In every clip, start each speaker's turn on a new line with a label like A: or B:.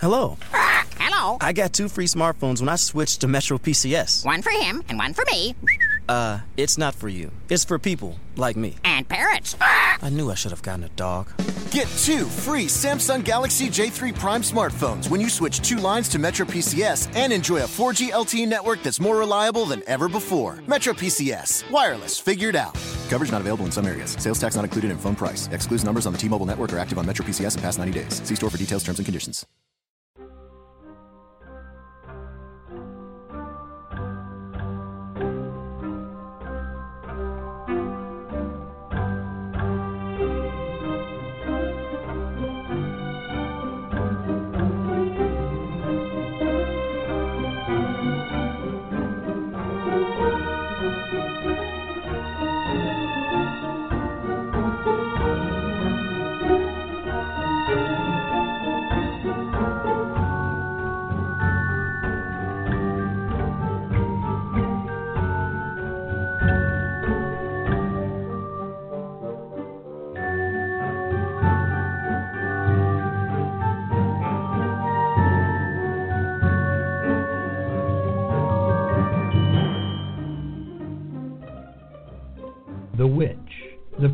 A: Hello.
B: Hello.
A: I got two free smartphones when I switched to Metro PCS.
B: One for him and one for me.
A: Uh, it's not for you. It's for people like me.
B: And parrots.
A: I knew I should have gotten a dog.
C: Get two free Samsung Galaxy J3 Prime smartphones when you switch two lines to Metro PCS and enjoy a 4G LTE E network that's more reliable than ever before. Metro PCS. Wireless figured out. Coverage not available in some areas. Sales tax not included in phone price. Excludes numbers on the T-Mobile network are active on Metro PCS in past 90 days. See store for details, terms and conditions.
D: The Witch, The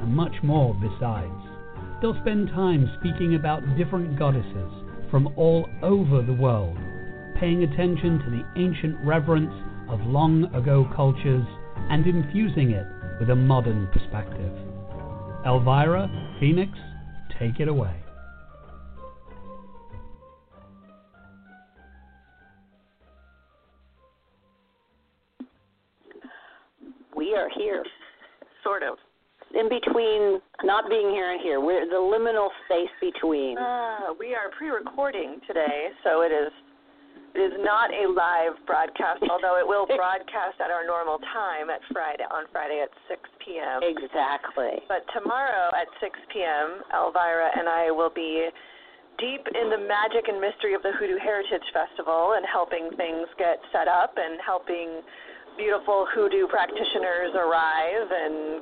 D: and much more besides. They'll spend time speaking about different goddesses from all over the world, paying attention to the ancient reverence of long ago cultures and infusing it with a modern perspective. Elvira, Phoenix, take it away.
E: We are here,
F: Sort of.
E: in between not being here and here. We're the liminal space between.
F: Uh, we are pre-recording today, so it is it is not a live broadcast. Although it will broadcast at our normal time at Friday on Friday at 6 p.m.
E: Exactly.
F: But tomorrow at 6 p.m., Elvira and I will be deep in the magic and mystery of the Hoodoo Heritage Festival and helping things get set up and helping beautiful hoodoo practitioners arrive and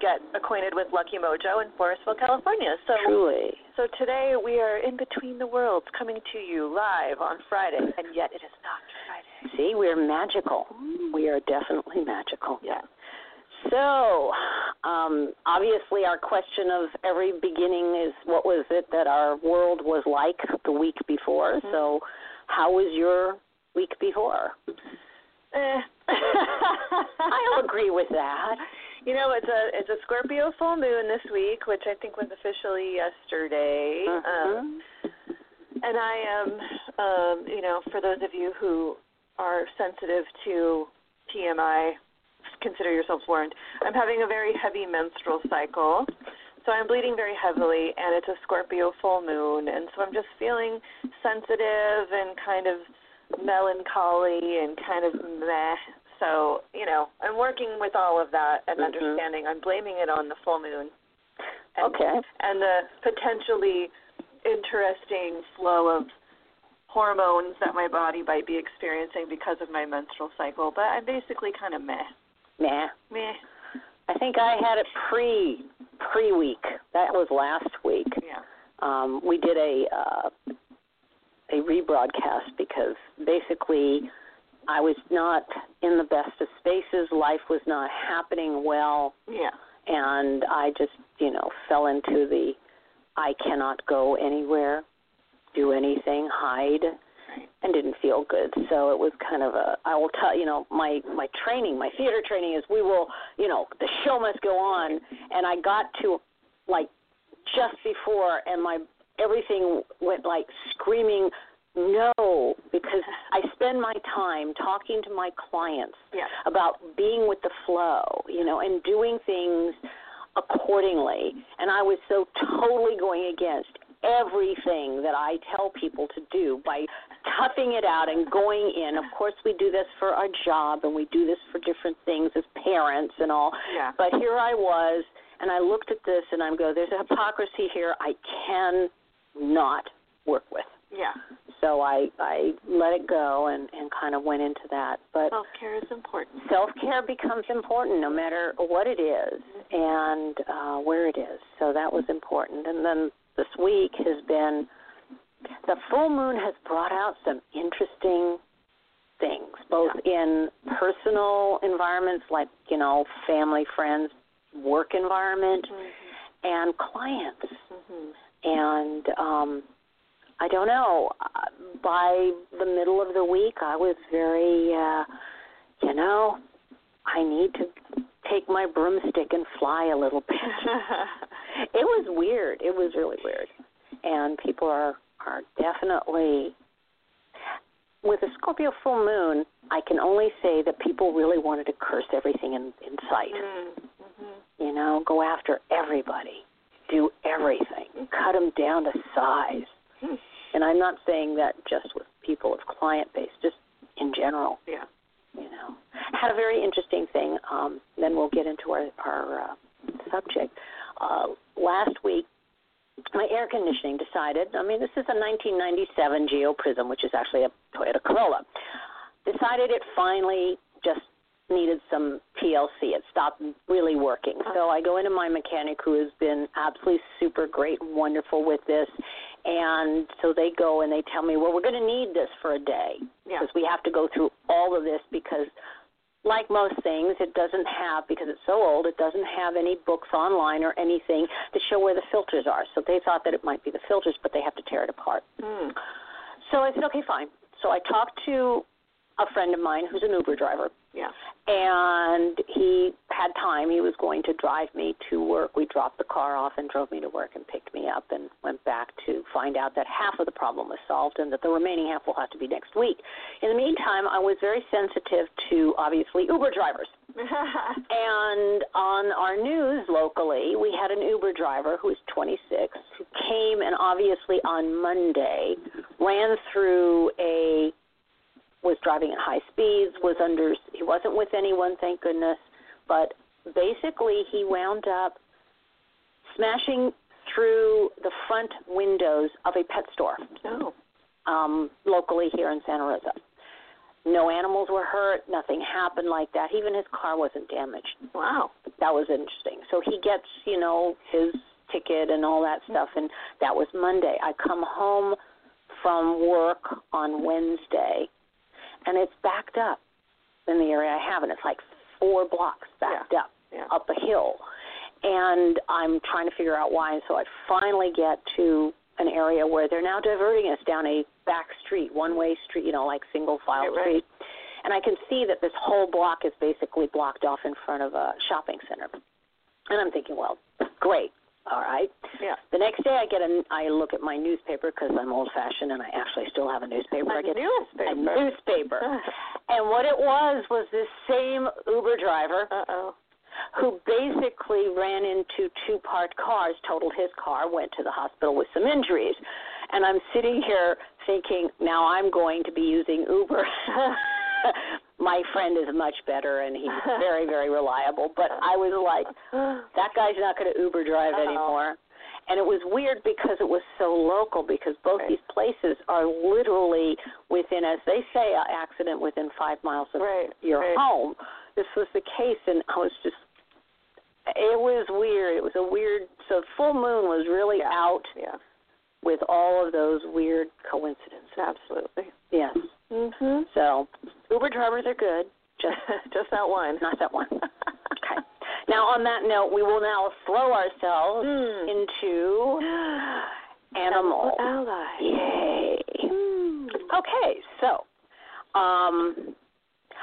F: get acquainted with Lucky Mojo in Forestville, California. So
E: Truly.
F: so today we are in between the worlds coming to you live on Friday, and yet it is not Friday.
E: See, we're magical. We are definitely magical.
F: Yeah.
E: So, um, obviously, our question of every beginning is what was it that our world was like the week before? So, how was your week before?
F: Eh.
E: I'll agree with that.
F: you know, it's a it's a Scorpio full moon this week, which I think was officially yesterday. Um, and I am, um, you know, for those of you who are sensitive to TMI, consider yourselves warned. I'm having a very heavy menstrual cycle, so I'm bleeding very heavily, and it's a Scorpio full moon, and so I'm just feeling sensitive and kind of melancholy and kind of meh. So, you know, I'm working with all of that and understanding. I'm blaming it on the full moon and,
E: Okay.
F: and the potentially interesting flow of hormones that my body might be experiencing because of my menstrual cycle. But I'm basically kind of meh,
E: Nah.
F: meh.
E: I think I had it pre pre week. That was last week.
F: Yeah.
E: Um, we did a uh, a rebroadcast because basically I was not in the best of spaces. Life was not happening well,
F: Yeah.
E: and I just you know fell into the I cannot go anywhere, do anything, hide, and didn't feel good. So it was kind of a I will tell you know my my training, my theater training is we will you know the show must go on, and I got to like just before, and my everything went like screaming no because I spend my time talking to my clients
F: Yeah.
E: about being with the flow, you know, and doing things accordingly. And I was so totally going against everything that I tell people to do by toughing it out and going in. Of course, we do this for our job and we do this for different things as parents and all.
F: Yeah.
E: But here I was, and I looked at this and I go, there's a hypocrisy here I can not work with.
F: Yeah.
E: So I I let it go and and kind of went into that. But
F: Self care is important.
E: self care becomes important no matter what it is and uh, where it is. So that was important. And then this week has been the full moon has brought out some interesting things, both in personal environments like you know family, friends, work environment, and clients. And um, I don't know. uh, By the middle of the week, I was very. Uh, you know, I need to take my broomstick and fly a little bit. it was weird. It was really weird. And people are are definitely with a Scorpio full moon, I can only say that people really wanted to curse everything in, in sight. You know, go after everybody, do everything, cut them down to size. And I'm not saying that just with people of client base, just in general
F: Yeah.
E: you know, had a very interesting thing. Um, then we'll get into our our uh, subject. Uh, last week, my air conditioning decided. I mean, this is a 1997 Geo Prism, which is actually a Toyota Corolla. Decided it finally just needed some TLC. It stopped really working. So I go into my mechanic, who has been absolutely super great, wonderful with this. And so they go and they tell me, well, we're going to need this for a day
F: Yeah.
E: because we have to go through all of this because like most things it doesn't have because it's so old it doesn't have any books online or anything to show where the filters are so they thought that it might be the filters but they have to tear it apart so i said okay fine so i talked to a friend of mine who's an uber driver
F: Yeah.
E: and he had time. He was going to drive me to work. We dropped the car off and drove me to work and picked me up and went back to find out that half of the problem was solved and that the remaining half will have to be next week. In the meantime, I was very sensitive to obviously Uber drivers. And on our news locally, we had an Uber driver who was 26 who came and obviously on Monday ran through a was driving at high speeds, was under he wasn't with anyone, thank goodness, but basically he wound up smashing through the front windows of a pet store
F: Oh.
E: um, locally here in Santa Rosa. No animals were hurt, nothing happened like that. Even his car wasn't damaged
F: Wow.
E: that was interesting. So he gets, you know, his ticket and all that stuff and that was Monday. I come home from work on Wednesday and it's backed up in the area I have and it's like four blocks backed
F: Yeah.
E: up
F: Yeah.
E: up a hill. And I'm trying to figure out why and so I finally get to an area where they're now diverting us down a back street, one way street, you know, like single file
F: Right, right.
E: street. And I can see that this whole block is basically blocked off in front of a shopping center. And I'm thinking, well, great, all right.
F: Yeah.
E: The next day, I get a, I look at my newspaper because I'm old fashioned and I actually still have a newspaper.
F: A
E: I get
F: newspaper.
E: a newspaper, and what it was was this same Uber driver
F: Uh oh.
E: who basically ran into two parked cars, totaled his car, went to the hospital with some injuries. And I'm sitting here thinking, now I'm going to be using Uber. My friend is much better and he's very, very reliable. But I was like, that guy's not going to Uber drive anymore. And it was weird because it was so local because both these places are literally within, as they say, an accident within five miles of
F: Right,
E: your
F: right.
E: home. This was the case, and I was just it was weird. It was a weird. So full moon was really out
F: Yeah.
E: with all of those weird coincidences.
F: Absolutely.
E: Yes.
F: Mhm.
E: So Uber drivers are good. Just
F: Just that one.
E: not that one. okay. Now on that note, we will now throw ourselves into animal.
F: Ally.
E: Yay. Okay, so um,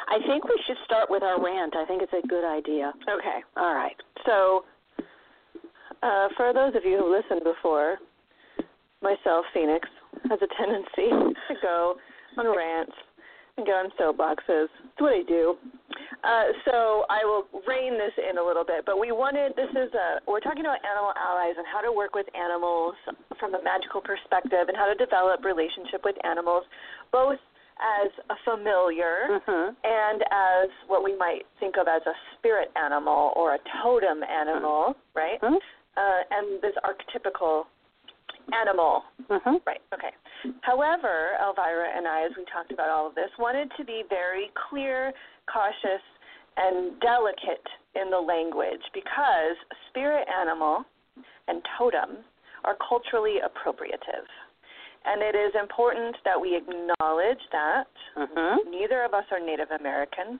E: I think we should start with our rant. I think it's a good idea.
F: Okay.
E: All right.
F: So, uh, for those of you who listened before, myself, Phoenix, has a tendency to go on rants and go on soapboxes. It's what I do. Uh, so I will rein this in a little bit. But we wanted this is a we're talking about animal allies and how to work with animals from a magical perspective and how to develop relationship with animals, both as a familiar and as what we might think of as a spirit animal or a totem animal, right? Uh, and this archetypical animal. Right, okay. However, Elvira and I, as we talked about all of this, wanted to be very clear, cautious, and delicate in the language because spirit animal and totem are culturally appropriative. And it is important that we acknowledge that neither of us are Native American,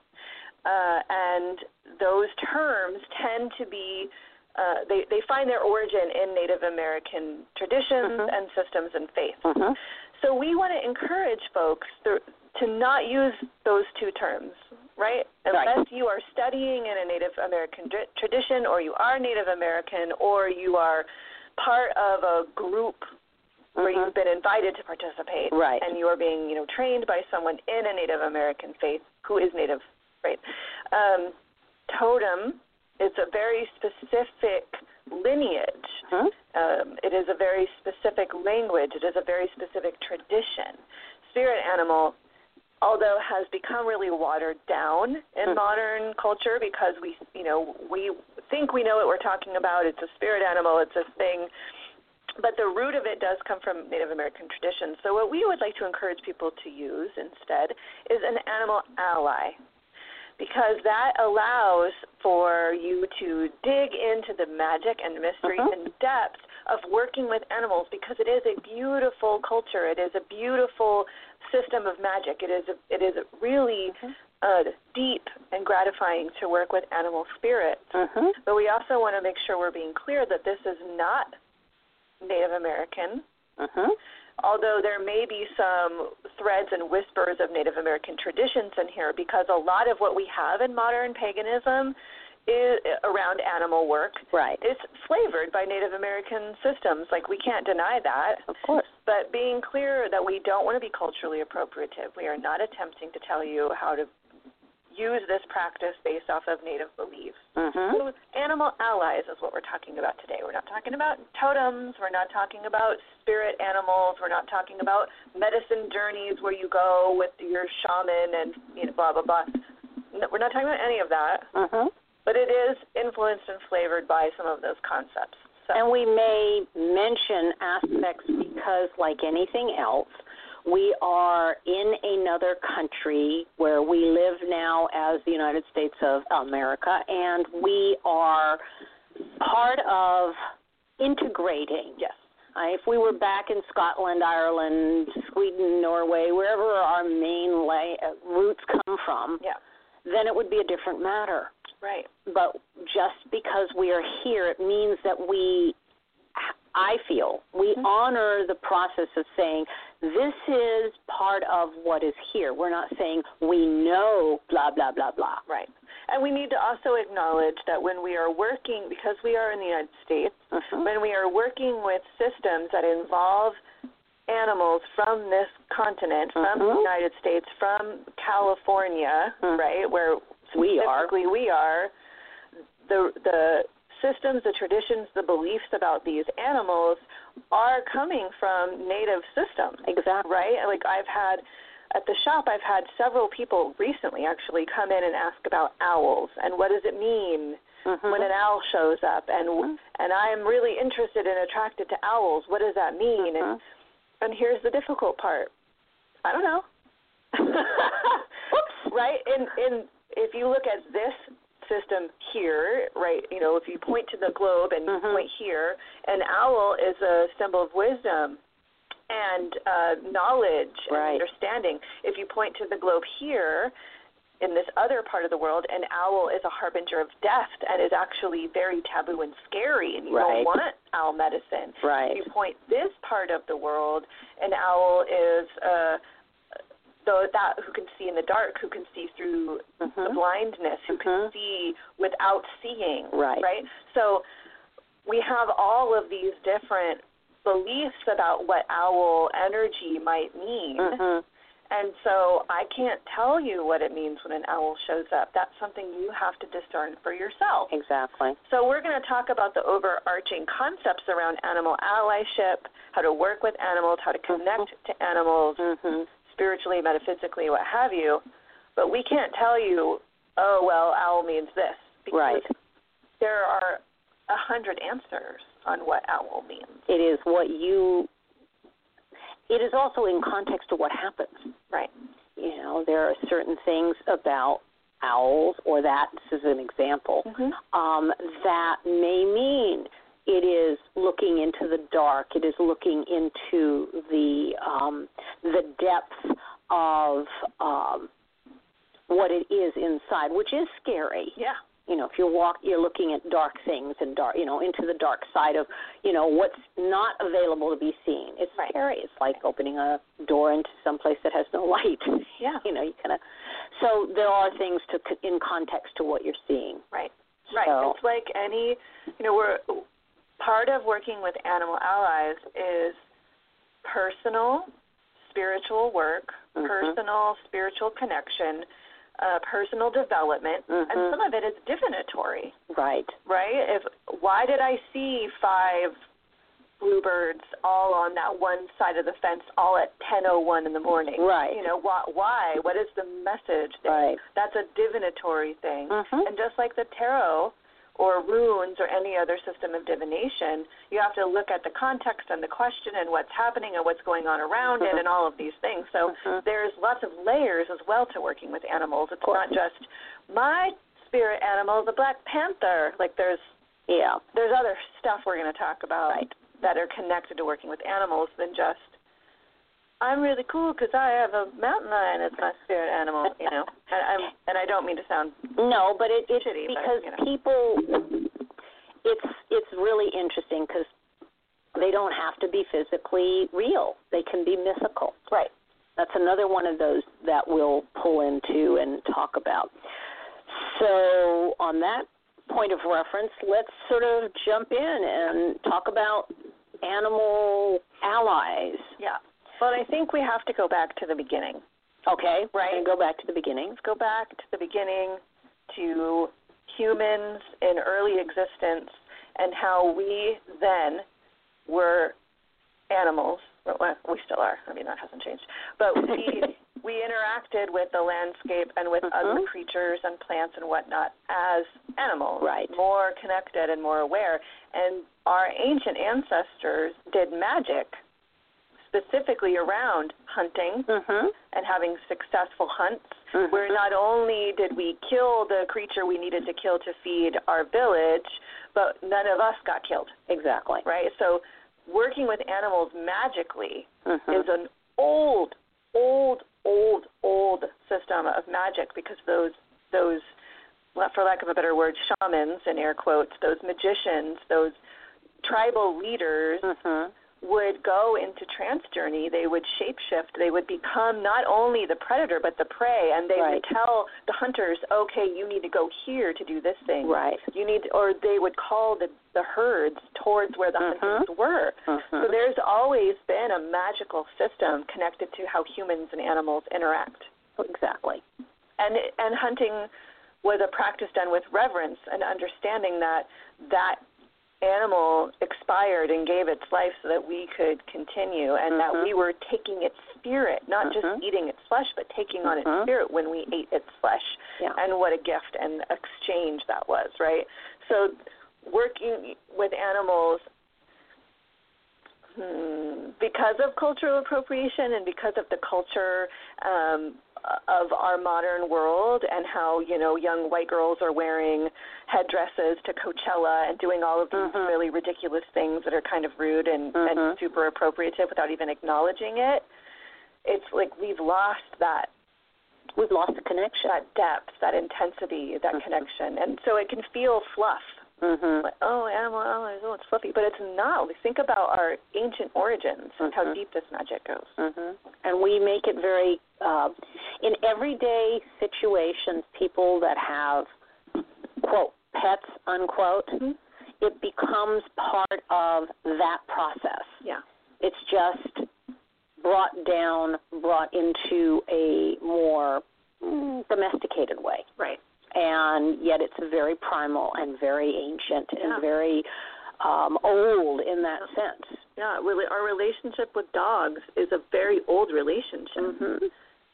F: uh, and those terms tend to be uh, they they find their origin in Native American traditions and systems and faith. So we want to encourage folks th- to not use those two terms, right? Unless you are studying in a Native American dr- tradition, or you are Native American, or you are part of a group where you've been invited to participate,
E: Right.
F: And you are being, you know, trained by someone in a Native American faith who is Native, right? Um, totem. It's a very specific lineage. Um, it is a very specific language. It is a very specific tradition. Spirit animal, although has become really watered down in modern culture because we, you know, we think we know what we're talking about. It's a spirit animal. It's a thing but the root of it does come from Native American traditions. So what we would like to encourage people to use instead is an animal ally. Because that allows for you to dig into the magic and mystery and depth of working with animals because it is a beautiful culture. It is a beautiful system of magic. It is a, it is really uh, deep and gratifying to work with animal spirits. But we also want to make sure we're being clear that this is not Native American.
E: Mm-hmm.
F: Although there may be some threads and whispers of Native American traditions in here, because a lot of what we have in modern paganism is uh, around animal work.
E: Right.
F: It's flavored by Native American systems. Like we can't deny that.
E: Of course.
F: But being clear that we don't want to be culturally appropriative. We are not attempting to tell you how to use this practice based off of native beliefs. So animal allies is what we're talking about today. We're not talking about totems. We're not talking about spirit animals. We're not talking about medicine journeys where you go with your shaman and you know, blah blah blah. No, we're not talking about any of that.
E: Mm-hmm. Uh-huh.
F: But it is influenced and flavored by some of those concepts. So
E: And we may mention aspects because, like anything else, we are in another country where we live now as the United States of America, and we are part of integrating. Yes. Uh, if we were back in Scotland, Ireland, Sweden, Norway, wherever our main la- uh, roots come from,
F: yeah,
E: then it would be a different matter
F: right.
E: but just because we are here, it means that we, I feel, we
F: Mm-hmm.
E: honor the process of saying, this is part of what is here. We're not saying we know blah, blah, blah, blah.
F: Right. And we need to also acknowledge that when we are working, because we are in the United States,
E: Uh-huh.
F: when we are working with systems that involve animals from this continent, from
E: Uh-huh.
F: the United States, from California, right, where
E: We are.
F: specifically we are, the the systems, the traditions, the beliefs about these animals are coming from native systems.
E: Exactly.
F: Right? Like I've had at the shop I've had several people recently actually come in and ask about owls and what does it mean when an owl shows up and and I'm really interested and attracted to owls. What does that mean? And and here's the difficult part. I don't know. Right? In in if you look at this system here, right, you know, if you point to the globe and
E: Mm-hmm.
F: you point here, an owl is a symbol of wisdom and uh, knowledge
E: Right.
F: and understanding. If you point to the globe here, in this other part of the world, an owl is a harbinger of death and is actually very taboo and scary, and you
E: Right.
F: don't want owl medicine.
E: Right.
F: If you point this part of the world, an owl is uh, the, that who can see in the dark, who can see through
E: Mm-hmm.
F: the blindness, who can see without seeing.
E: Right.
F: Right. So we have all of these
E: Mm-hmm.
F: different beliefs about what owl energy might mean And so I can't tell you what it means when an owl shows up. That's something you have to discern for yourself.
E: Exactly.
F: So we're going to talk about the overarching concepts around animal allyship, how to work with animals, how to connect to animals spiritually, metaphysically, what have you. But we can't tell you, oh well, owl means this because
E: Right.
F: there are a hundred answers on what owl means.
E: It is what you. It is also in context to what happens.
F: Right.
E: You know, there are certain things about owls, or that this is an example, um, that may mean it is looking into the dark. It is looking into the um, the depth of um, what it is inside, which is scary
F: Yeah.
E: you know if you're walk you're looking at dark things and dark you know into the dark side of you know what's not available to be seen it's
F: Right.
E: scary it's like opening a door into some place that has no light
F: Yeah.
E: you know you kind of so there are things to c- in context to what you're seeing
F: Right. Right.
E: So-
F: It's like any, you know, we're part of working with animal allies is personal spiritual work,
E: Mm-hmm.
F: personal spiritual connection, uh, personal development,
E: Mm-hmm.
F: and some of it is divinatory,
E: right
F: right? If why did I see five bluebirds all on that one side of the fence all at 10:01 in the morning?
E: Right.
F: You know, why why? What is the message there?
E: Right.
F: That's a divinatory thing. And just like the tarot or runes or any other system of divination, you have to look at the context and the question and what's happening and what's going on around it and all of these things. So there's lots of layers as well to working with animals. It's not just my spirit animal, the black panther. Like there's
E: yeah
F: there's other stuff we're going to talk about that are connected to working with animals than just I'm really cool because I have a mountain lion as my spirit animal, you know. And I'm and I don't mean to sound
E: No, but it, it's
F: Shitty, but,
E: because
F: you know.
E: people. It's it's really interesting because they don't have to be physically real. They can be mythical. Right. That's another one of those that we'll pull into and talk about. So on that point of reference, let's sort of jump in and talk about animal allies.
F: yeah. But I think we have to go back to the beginning.
E: Okay.
F: Right.
E: And go back to the beginning.
F: Let's go back to the beginning to humans in early existence and how we then were animals. Well, we still are. I mean, that hasn't changed. But we we interacted with the landscape and with other creatures and plants and whatnot as animals,
E: Right.
F: More connected and more aware. And our ancient ancestors did magic, specifically around hunting and having successful hunts, where not only did we kill the creature we needed to kill to feed our village, but none of us got killed
E: Exactly.
F: right? So working with animals magically is an old, old, old, old system of magic because those those well, for lack of a better word, shamans in air quotes, those magicians, those tribal leaders would go into trance journey, they would shapeshift, they would become not only the predator but the prey and they
E: Right.
F: would tell the hunters, Okay, you need to go here to do this thing
E: Right.
F: you need or they would call the the herds towards where
E: Uh-huh.
F: the hunters were so there's always been a magical system connected to how humans and animals interact
E: Exactly.
F: and and hunting was a practice done with reverence and understanding that that animal expired and gave its life so that we could continue and that we were taking its spirit not just eating its flesh but taking on its spirit when we ate its flesh
E: Yeah.
F: and what a gift and exchange that was right so working with animals Hmm, because of cultural appropriation and because of the culture um, of our modern world and how you know young white girls are wearing headdresses to Coachella and doing all of these
E: Mm-hmm.
F: really ridiculous things that are kind of rude and, and super appropriative without even acknowledging it. It's like we've lost that
E: We've lost the connection. Mm-hmm.
F: that depth, that intensity, that connection. And so it can feel fluff. Like, oh, animal, oh, oh, it's fluffy. But it's not. Think about our ancient origins and how deep this magic goes.
E: and we make it very uh, in everyday situations. People that have quote pets unquote,
F: Mm-hmm.
E: it becomes part of that process.
F: Yeah.
E: It's just brought down, brought into a more mm, domesticated way.
F: Right.
E: And yet it's very primal and very ancient and
F: Yeah.
E: very um, old in that sense.
F: Yeah, really, our relationship with dogs is a very old relationship.
E: Mhm.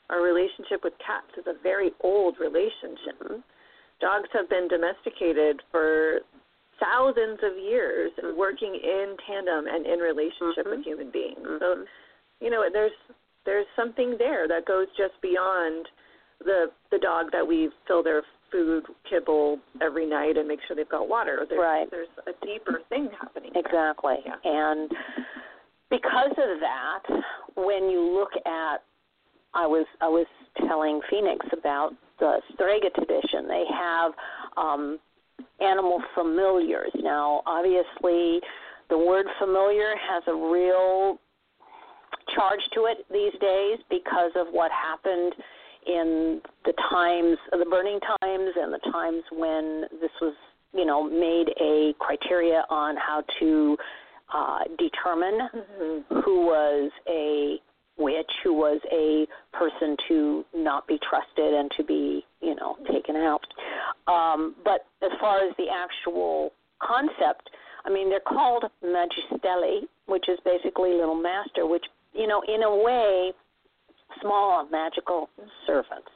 F: Our relationship with cats is a very old relationship. Dogs have been domesticated for thousands of years, working in tandem and in relationship with human beings. So, you know, there's there's something there that goes just beyond the the dog that we fill their food kibble every night and make sure they've got water. There's,
E: Right.
F: There's a deeper thing happening. there.
E: Exactly.
F: Yeah.
E: And because of that, when you look at I was I was telling Phoenix about the Strega tradition. They have um animal familiars. Now obviously the word familiar has a real charge to it these days because of what happened in the times the burning times and the times when this was you know made a criteria on how to uh determine who was a witch who was a person to not be trusted and to be you know taken out um but as far as the actual concept i mean they're called magistelli which is basically little master which you know in a way small magical servants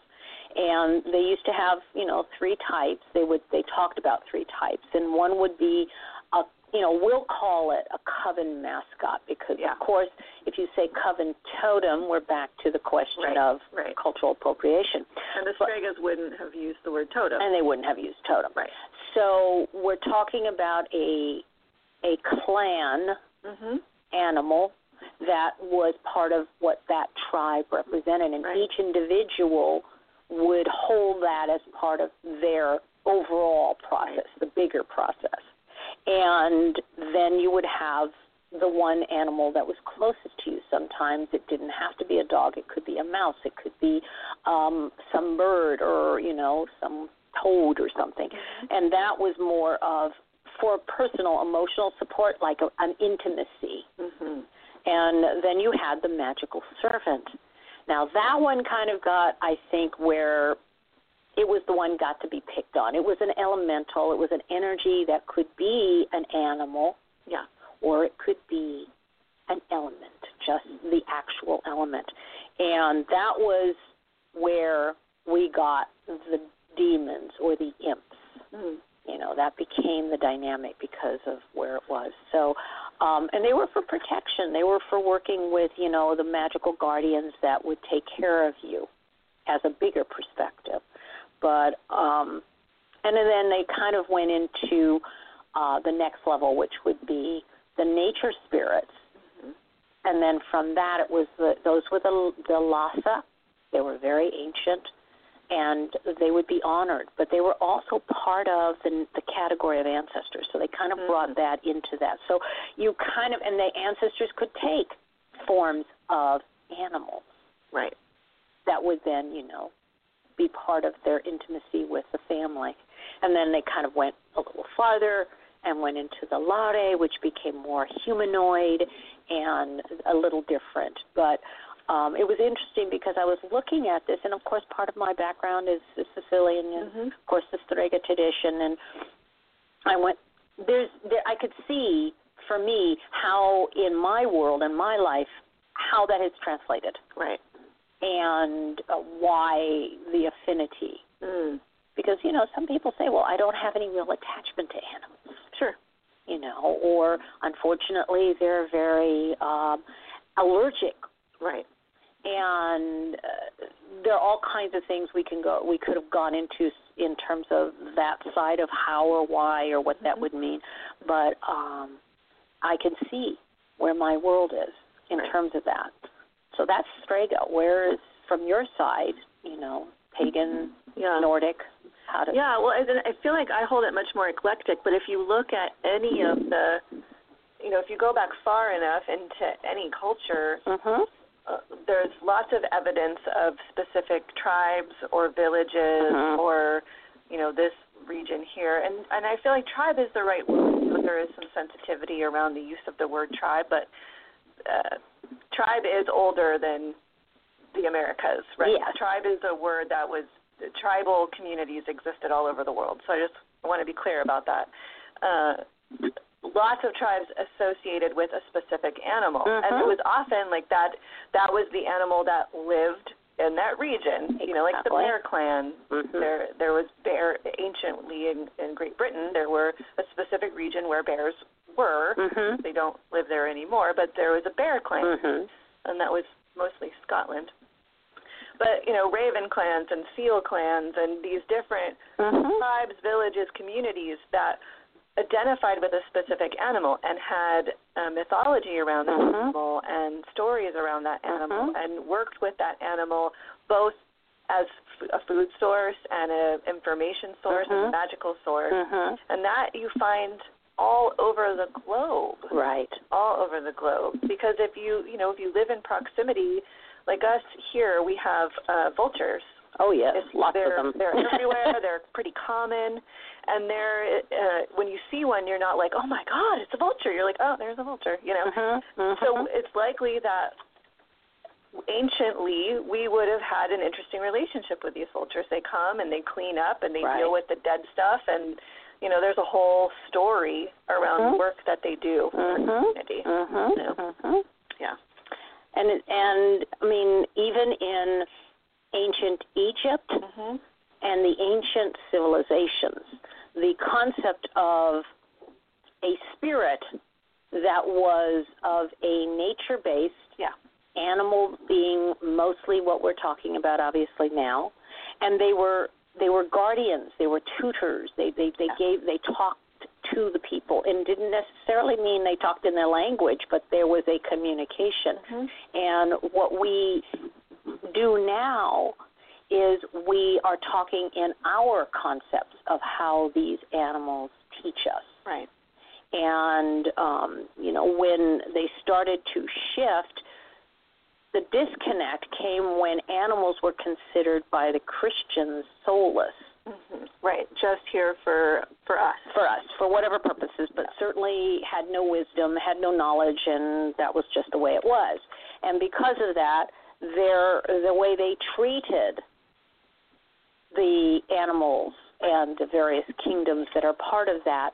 E: and they used to have you know three types they would they talked about three types and one would be a you know we'll call it a coven mascot because
F: Yeah.
E: of course if you say coven totem we're back to the question
F: Right,
E: of
F: right.
E: cultural appropriation
F: And the Stregas wouldn't have used the word totem.
E: and they wouldn't have used totem
F: Right.
E: so we're talking about a a clan
F: Mhm.
E: animal that was part of what that tribe represented, and
F: Right.
E: each individual would hold that as part of their overall process, the bigger process. And then you would have the one animal that was closest to you. Sometimes it didn't have to be a dog, it could be a mouse, it could be um, some bird or, you know, some toad or something. And that was more of for personal emotional support, like a, an intimacy. And then you had the magical servant. Now that one kind of got, I think, where it was the one got to be picked on. It was an elemental. It was an energy that could be an animal
F: Yeah.
E: or it could be an element, just the actual element. And that was where we got the demons or the imps. You know, that became the dynamic because of where it was. So, um, and they were for protection. They were for working with, you know, the magical guardians that would take care of you as a bigger perspective. But, um, and then they kind of went into uh, the next level, which would be the nature spirits. And then from that, it was the, those were the, the Lhasa. They were very ancient, and they would be honored. But they were also part of the, the category of ancestors, so they kind of brought that into that. So you kind of, and the ancestors could take forms of animals
F: Right.
E: that would then, you know, be part of their intimacy with the family. And then they kind of went a little farther and went into the Lare, which became more humanoid and a little different. But um, it was interesting because I was looking at this, and of course, part of my background is, is Sicilian, and of course, the Strega tradition, and I went there's there I could see for me how in my world and my life how that is translated
F: Right.
E: and uh, why the affinity.
F: Mm.
E: Because you know, some people say, "Well, I don't have any real attachment to animals,"
F: Sure.
E: you know, or unfortunately, they're very um, allergic,
F: Right.
E: and uh, there are all kinds of things we can go. We could have gone into s- in terms of that side of how or why or what
F: Mm-hmm.
E: that would mean, but um, I can see where my world is in
F: Right.
E: terms of that. So that's Strega. Where is from your side, you know, pagan,
F: Yeah.
E: Nordic, how to
F: Yeah. Well, and I feel like I hold it much more eclectic. But if you look at any of the, you know, if you go back far enough into any culture,
E: Mhm.
F: uh, there's lots of evidence of specific tribes or villages Uh-huh. or, you know, this region here. And and I feel like tribe is the right word. But there is some sensitivity around the use of the word tribe, but uh, tribe is older than the Americas, right?
E: Yes.
F: Tribe is a word that was tribal communities existed all over the world. So I just want to be clear about that. Uh, lots of tribes associated with a specific animal, and it was often like that. That was the animal that lived in that region. You know, like the
E: Exactly.
F: bear clan. There, there was bear anciently in, in Great Britain. There were a specific region where bears were. They don't live there anymore, but there was a bear clan, and that was mostly Scotland. But you know, raven clans and seal clans and these different tribes, villages, communities that identified with a specific animal and had a mythology around that animal and stories around that animal and worked with that animal both as f- a food source and an information source and a magical source. And that you find all over the globe
E: Right.
F: all over the globe because if you you know if you live in proximity like us here we have uh vultures
E: Oh yes,
F: It's-
E: lots
F: they're
E: of them.
F: they're everywhere they're pretty common and they're uh when you see one you're not like oh my god it's a vulture you're like oh there's a vulture you know
E: Mm-hmm.
F: so it's likely that anciently we would have had an interesting relationship with these vultures they come and they clean up and they
E: Right.
F: deal with the dead stuff and you know there's a whole story around the work that they do for the community
E: Mhm.
F: you know?
E: Mhm.
F: yeah
E: And it- and I mean even in ancient Egypt and the ancient civilizations, the concept of a spirit that was of a nature-based
F: Yeah.
E: animal being mostly what we're talking about obviously now and they were they were guardians they were tutors they they they gave they talked to the people and didn't necessarily mean they talked in their language but there was a communication and what we do now is we are talking in our concepts of how these animals teach us
F: Right.
E: and um, you know when they started to shift the disconnect came when animals were considered by the christians soulless
F: Right. Just here for for us.
E: for us for whatever purposes but certainly had no wisdom had no knowledge and that was just the way it was and because of that their the way they treated the animals and the various kingdoms that are part of that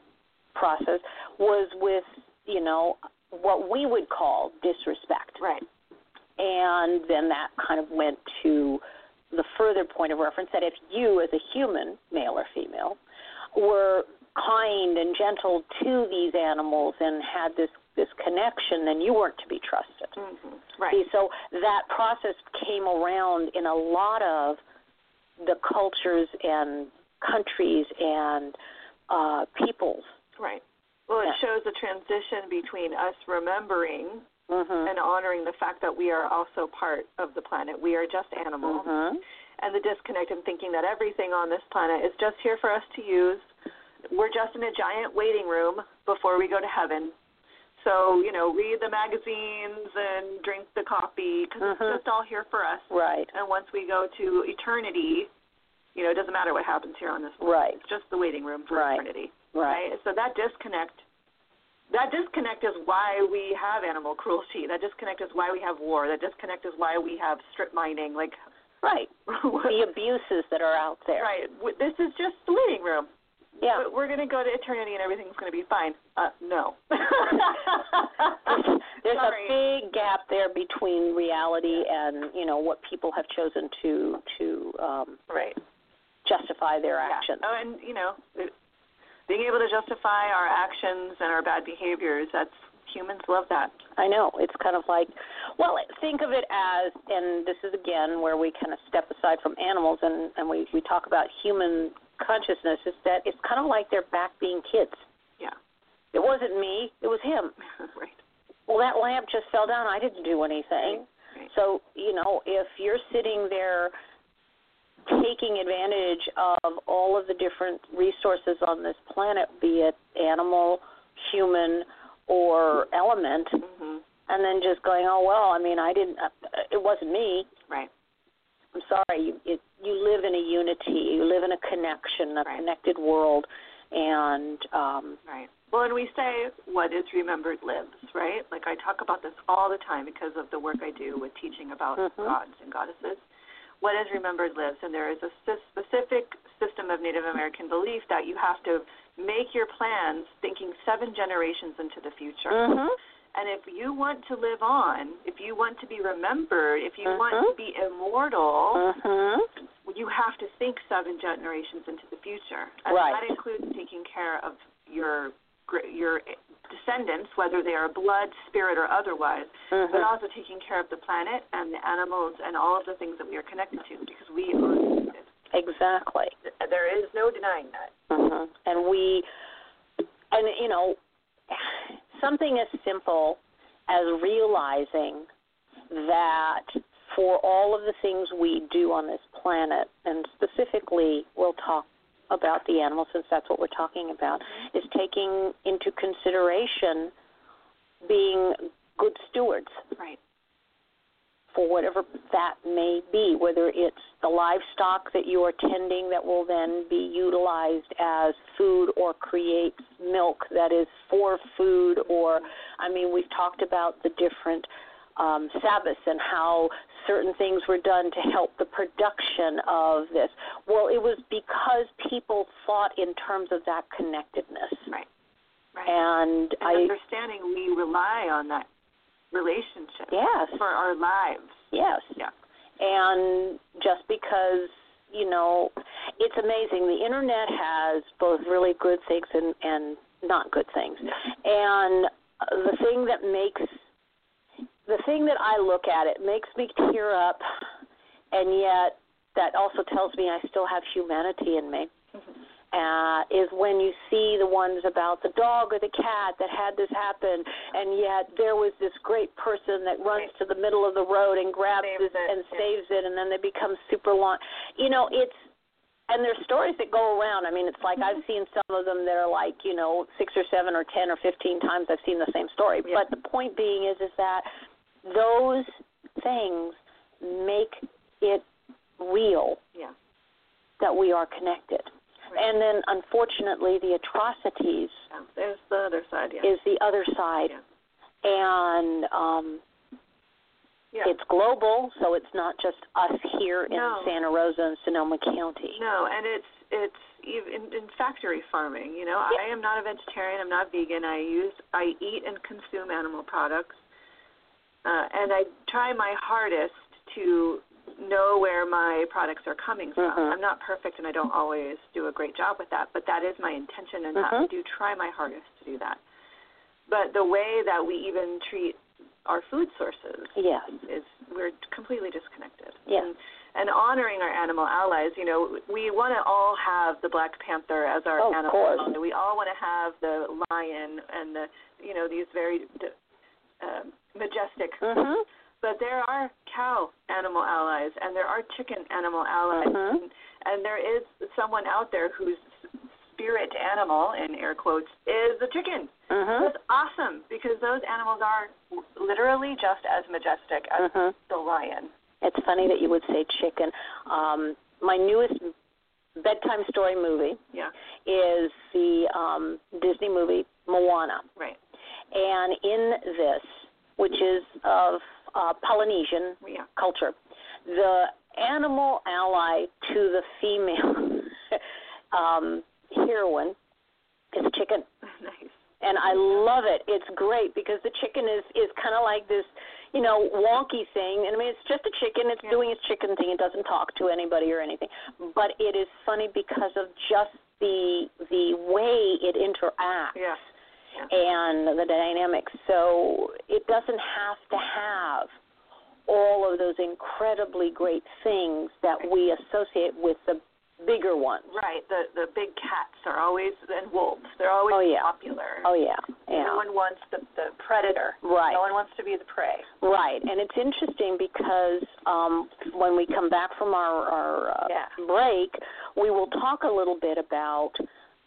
E: process was with you know what we would call disrespect
F: Right.
E: and then that kind of went to the further point of reference that if you as a human male or female were kind and gentle to these animals and had this this connection then you weren't to be trusted
F: Mm-hmm. Right.
E: See, so that process came around in a lot of the cultures and countries and uh, peoples.
F: Right. Well, it
E: Yeah.
F: shows a transition between us remembering
E: Mm-hmm.
F: and honoring the fact that we are also part of the planet. We are just animals.
E: Mm-hmm.
F: And the disconnect in thinking that everything on this planet is just here for us to use. We're just in a giant waiting room before we go to heaven. So, you know, read the magazines and drink the coffee because
E: Mm-hmm.
F: it's just all here for us.
E: Right.
F: And once we go to eternity, you know, it doesn't matter what happens here on this planet.
E: Right.
F: It's just the waiting room for
E: Right.
F: eternity.
E: Right.
F: So that disconnect that disconnect is why we have animal cruelty. That disconnect is why we have war. That disconnect is why we have strip mining. Like
E: Right. The
F: right,
E: abuses that are out there.
F: w- this is just the waiting room.
E: Yeah.
F: But We're going to go to eternity and everything's going to be fine. Uh no.
E: There's
F: Sorry.
E: a big gap there between reality and you know what people have chosen to to um,
F: right.
E: justify their
F: Yeah.
E: actions.
F: Oh, and you know, it, being able to justify our actions and our bad behaviors, that's humans love that.
E: I know. It's kind of like, well, think of it as, and this is again where we kind of step aside from animals and, and we, we talk about human consciousness, is that it's kind of like they're back being kids.
F: Yeah.
E: It wasn't me, it was him.
F: right.
E: Well, that lamp just fell down. I didn't do anything.
F: Right.
E: So, you know, if you're sitting there taking advantage of all of the different resources on this planet, be it animal, human, or element,
F: Mm-hmm.
E: and then just going, oh well, I mean, I didn't, uh, it wasn't me.
F: Right.
E: I'm sorry. You it, you live in a unity. You live in a connection, a
F: Right.
E: connected world, and um,
F: Right. Well, and we say what is remembered lives, right? Like I talk about this all the time because of the work I do with teaching about gods and goddesses. What is remembered lives, and there is a spe- specific system of Native American belief that you have to make your plans thinking seven generations into the future. And if you want to live on, if you want to be remembered, if you want to be immortal, Mm-hmm. you have to think seven generations into the future, and
E: Right.
F: that includes taking care of your gr- your descendants, whether they are blood, spirit, or otherwise,
E: Mm-hmm.
F: but also taking care of the planet and the animals and all of the things that we are connected to, because we own it.
E: exactly.
F: There is no denying that.
E: hmm And we, and you know, something as simple as realizing that for all of the things we do on this planet, and specifically, we'll talk about the animals since that's what we're talking about, is taking into consideration being good stewards
F: Right.
E: for whatever that may be, whether it's the livestock that you are tending that will then be utilized as food or creates milk that is for food, or, I mean, we've talked about the different um, Sabbaths and how certain things were done to help the production of this. Well, it was because people thought in terms of that connectedness.
F: Right. Right.
E: And,
F: and
E: I,
F: understanding we rely on that relationship
E: yes,
F: for our lives.
E: yes.
F: Yeah.
E: and just because you know it's amazing the internet has both really good things and and not good things and uh, the thing that makes the thing that i look at it makes me tear up and yet that also tells me i still have humanity in me
F: Mm-hmm.
E: uh, is when you see the ones about the dog or the cat that had this happen, and yet there was this great person that runs to the middle of the road and grabs this
F: Saves it,
E: and
F: yeah.
E: saves it, and then they become super long. You know, it's and there's stories that go around. I mean, it's like I've seen
F: Mm-hmm.
E: some of them that are like you know six or seven or ten or fifteen times I've seen the same story.
F: Yeah.
E: But the point being is is that those things make it real
F: Yeah.
E: that we are connected. And then, unfortunately, the atrocities
F: yeah. There's the other side. Yeah.
E: is the other side,
F: Yeah.
E: and um,
F: yeah.
E: it's global, so it's not just us here in
F: No.
E: Santa Rosa and Sonoma County.
F: No, and it's it's ev- in, in factory farming. You know, I am not a vegetarian. I'm not vegan. I use I eat and consume animal products, uh, and I try my hardest to know where my products are coming from. I'm not perfect, and I don't always do a great job with that. But that is my intention, and I do try my hardest to do that. But the way that we even treat our food sources
E: Yes,
F: is we're completely disconnected.
E: Yes.
F: And, and honoring our animal allies, you know, we want to all have the black panther as our
E: Oh, Of
F: animal.
E: course.
F: ally. We all want to have the lion and the, you know, these very d- um majestic.
E: Mm-hmm.
F: But there are cow animal allies, and there are chicken animal allies,
E: Uh-huh.
F: and, and there is someone out there whose spirit animal, in air quotes, is the chicken.
E: Uh-huh.
F: That's awesome because those animals are literally just as majestic as
E: Uh-huh.
F: the lion.
E: it's funny that you would say chicken. Um, my newest bedtime story movie
F: Yeah,
E: is the um, Disney movie Moana.
F: right.
E: and in this, which is of uh, Polynesian
F: Yeah.
E: culture, the animal ally to the female um, heroine is a chicken
F: nice.
E: and I love it. It's great because the chicken is is kind of like this, you know, wonky thing. And I mean, it's just a chicken. It's doing its chicken thing. It doesn't talk to anybody or anything. But it is funny because of just the the way it interacts
F: Yeah. Yeah.
E: and the dynamics. So it doesn't have to have all of those incredibly great things that we associate with the bigger ones.
F: Right. The the big cats are always and wolves. They're always
E: Oh, yeah.
F: popular.
E: Oh yeah, yeah.
F: No one wants the the predator.
E: Right.
F: No one wants to be the prey.
E: Right, and it's interesting because um, when we come back from our, our uh,
F: Yeah.
E: break, we will talk a little bit about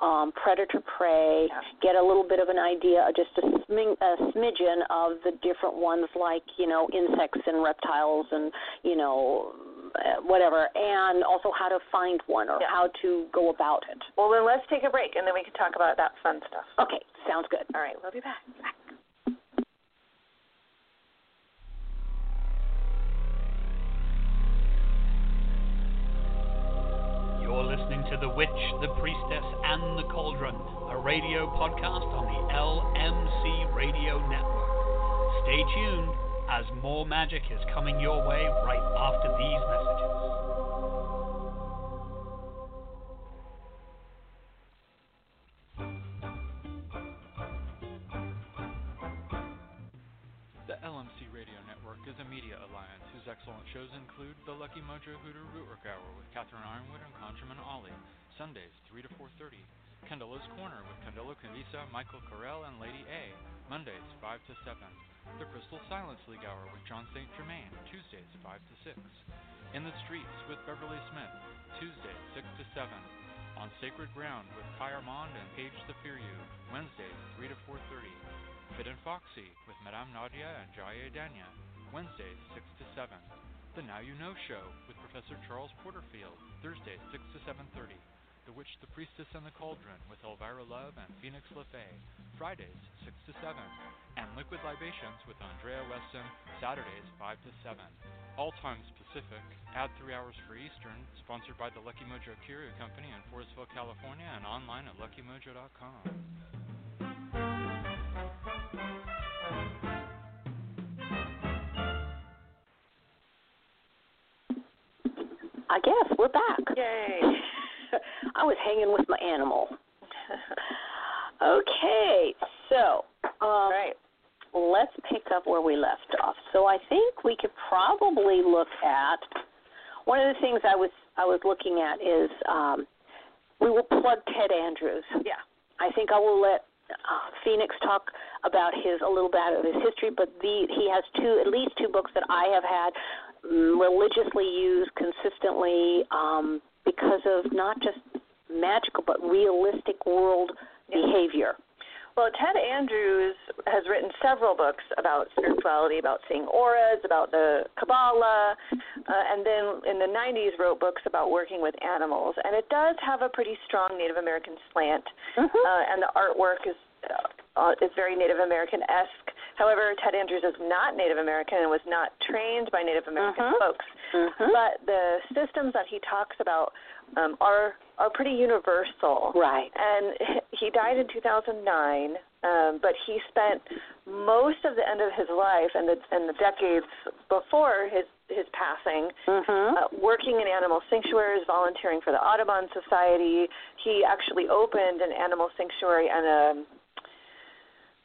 E: um, predator prey,
F: Yeah.
E: get a little bit of an idea, uh, just a, sming, a smidgen of the different ones, like you know insects and reptiles and you know uh, whatever, and also how to find one or
F: Yeah.
E: how to go about it.
F: Well, then let's take a break and then we can talk about that fun stuff.
E: Okay, sounds good.
F: All right, we'll be back.
D: You're listening to The Witch, The Priestess, and The Cauldron, a radio podcast on the LMC Radio Network. Stay tuned as more magic is coming your way right after these messages.
G: The LMC Radio Network is a media alliance whose excellent shows include The Lucky Mojo Hooter Rootwork Hour with Catherine Ironwood and Conjurman Ollie, Sundays 3 to 4.30, Candela's Corner with Candelo Canvisa, Michael Carell, and Lady A, Mondays 5 to 7, The Crystal Silence League Hour with John St. Germain, Tuesdays 5 to 6, In the Streets with Beverly Smith, Tuesdays 6 to 7, On Sacred Ground with Kai Armand and Paige the Fear You, Wednesdays 3 to 4.30, Fit and Foxy with Madame Nadia and Jaya Danya, Wednesdays 6 to 7. The Now You Know Show with Professor Charles Porterfield, Thursdays 6 to 7.30. The Witch, the Priestess, and the Cauldron with Elvira Love and Phoenix LaFay, Fridays 6 to 7. And Liquid Libations with Andrea Weston, Saturdays 5 to 7. All times Pacific, add 3 hours for Eastern, sponsored by the Lucky Mojo Curio Company in Forestville, California, and online at luckymojo.com.
E: I guess we're back.
F: Yay.
E: I was hanging with my animal. Okay, so um,
F: All right.
E: let's pick up where we left off. So I think we could probably look at one of the things I was I was looking at is um, we will plug Ted Andrews.
F: Yeah.
E: I think I will let uh, Phoenix talk about his a little bit of his history, but the he has two at least two books that I have had mm, religiously used consistently um, because of not just magical but realistic world behavior.
F: Well, Ted Andrews has written several books about spirituality, about seeing auras, about the Kabbalah, uh, and then in the 90s wrote books about working with animals. And it does have a pretty strong Native American slant, uh, and the artwork is uh, is very Native American esque. However, Ted Andrews is not Native American and was not trained by Native American folks. But the systems that he talks about um, are are pretty universal.
E: Right.
F: And he died in 2009, um, but he spent most of the end of his life and the and the decades before his his passing uh, working in animal sanctuaries, volunteering for the Audubon Society. He actually opened an animal sanctuary and a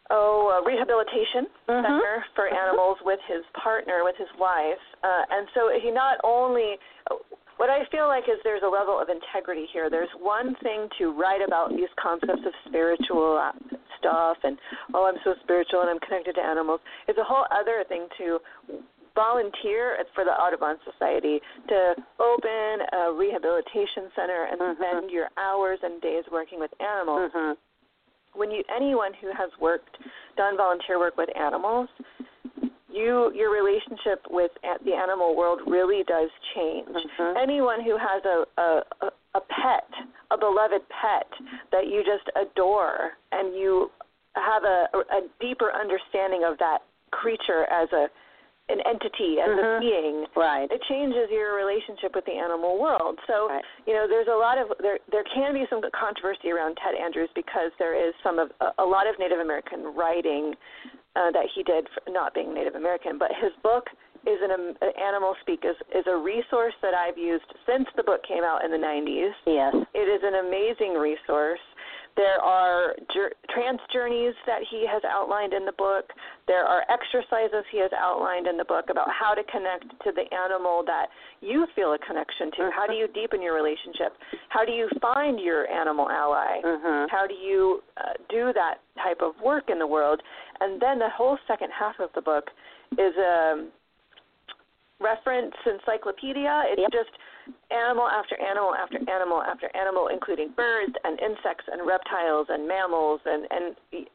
F: oh a rehabilitation center for animals with his partner, with his wife, uh, and so he not only. What I feel like is there's a level of integrity here. There's one thing to write about these concepts of spiritual uh, stuff and oh I'm so spiritual and I'm connected to animals. It's a whole other thing to volunteer at- for the Audubon Society to open a rehabilitation center and spend your hours and days working with animals. When you anyone who has worked done volunteer work with animals, you your relationship with a- the animal world really does change. Anyone who has a, a a- a pet, a beloved pet that you just adore, and you have a, a deeper understanding of that creature as a an entity, as a being.
E: Right.
F: It changes your relationship with the animal world. So
E: Right.
F: you know, there's a lot of there. There can be some controversy around Ted Andrews because there is some of a, a lot of Native American writing uh, that he did, for not being Native American. But his book is an, um, animal speak is is a resource that I've used since the book came out in the 90s.
E: Yes.
F: It is an amazing resource. There are jour- trance journeys that he has outlined in the book. There are exercises he has outlined in the book about how to connect to the animal that you feel a connection to. How do you deepen your relationship? How do you find your animal ally? How do you uh, do that type of work in the world? And then the whole second half of the book is um, reference encyclopedia. It's just animal after animal after animal after animal, including birds and insects and reptiles and mammals and and it,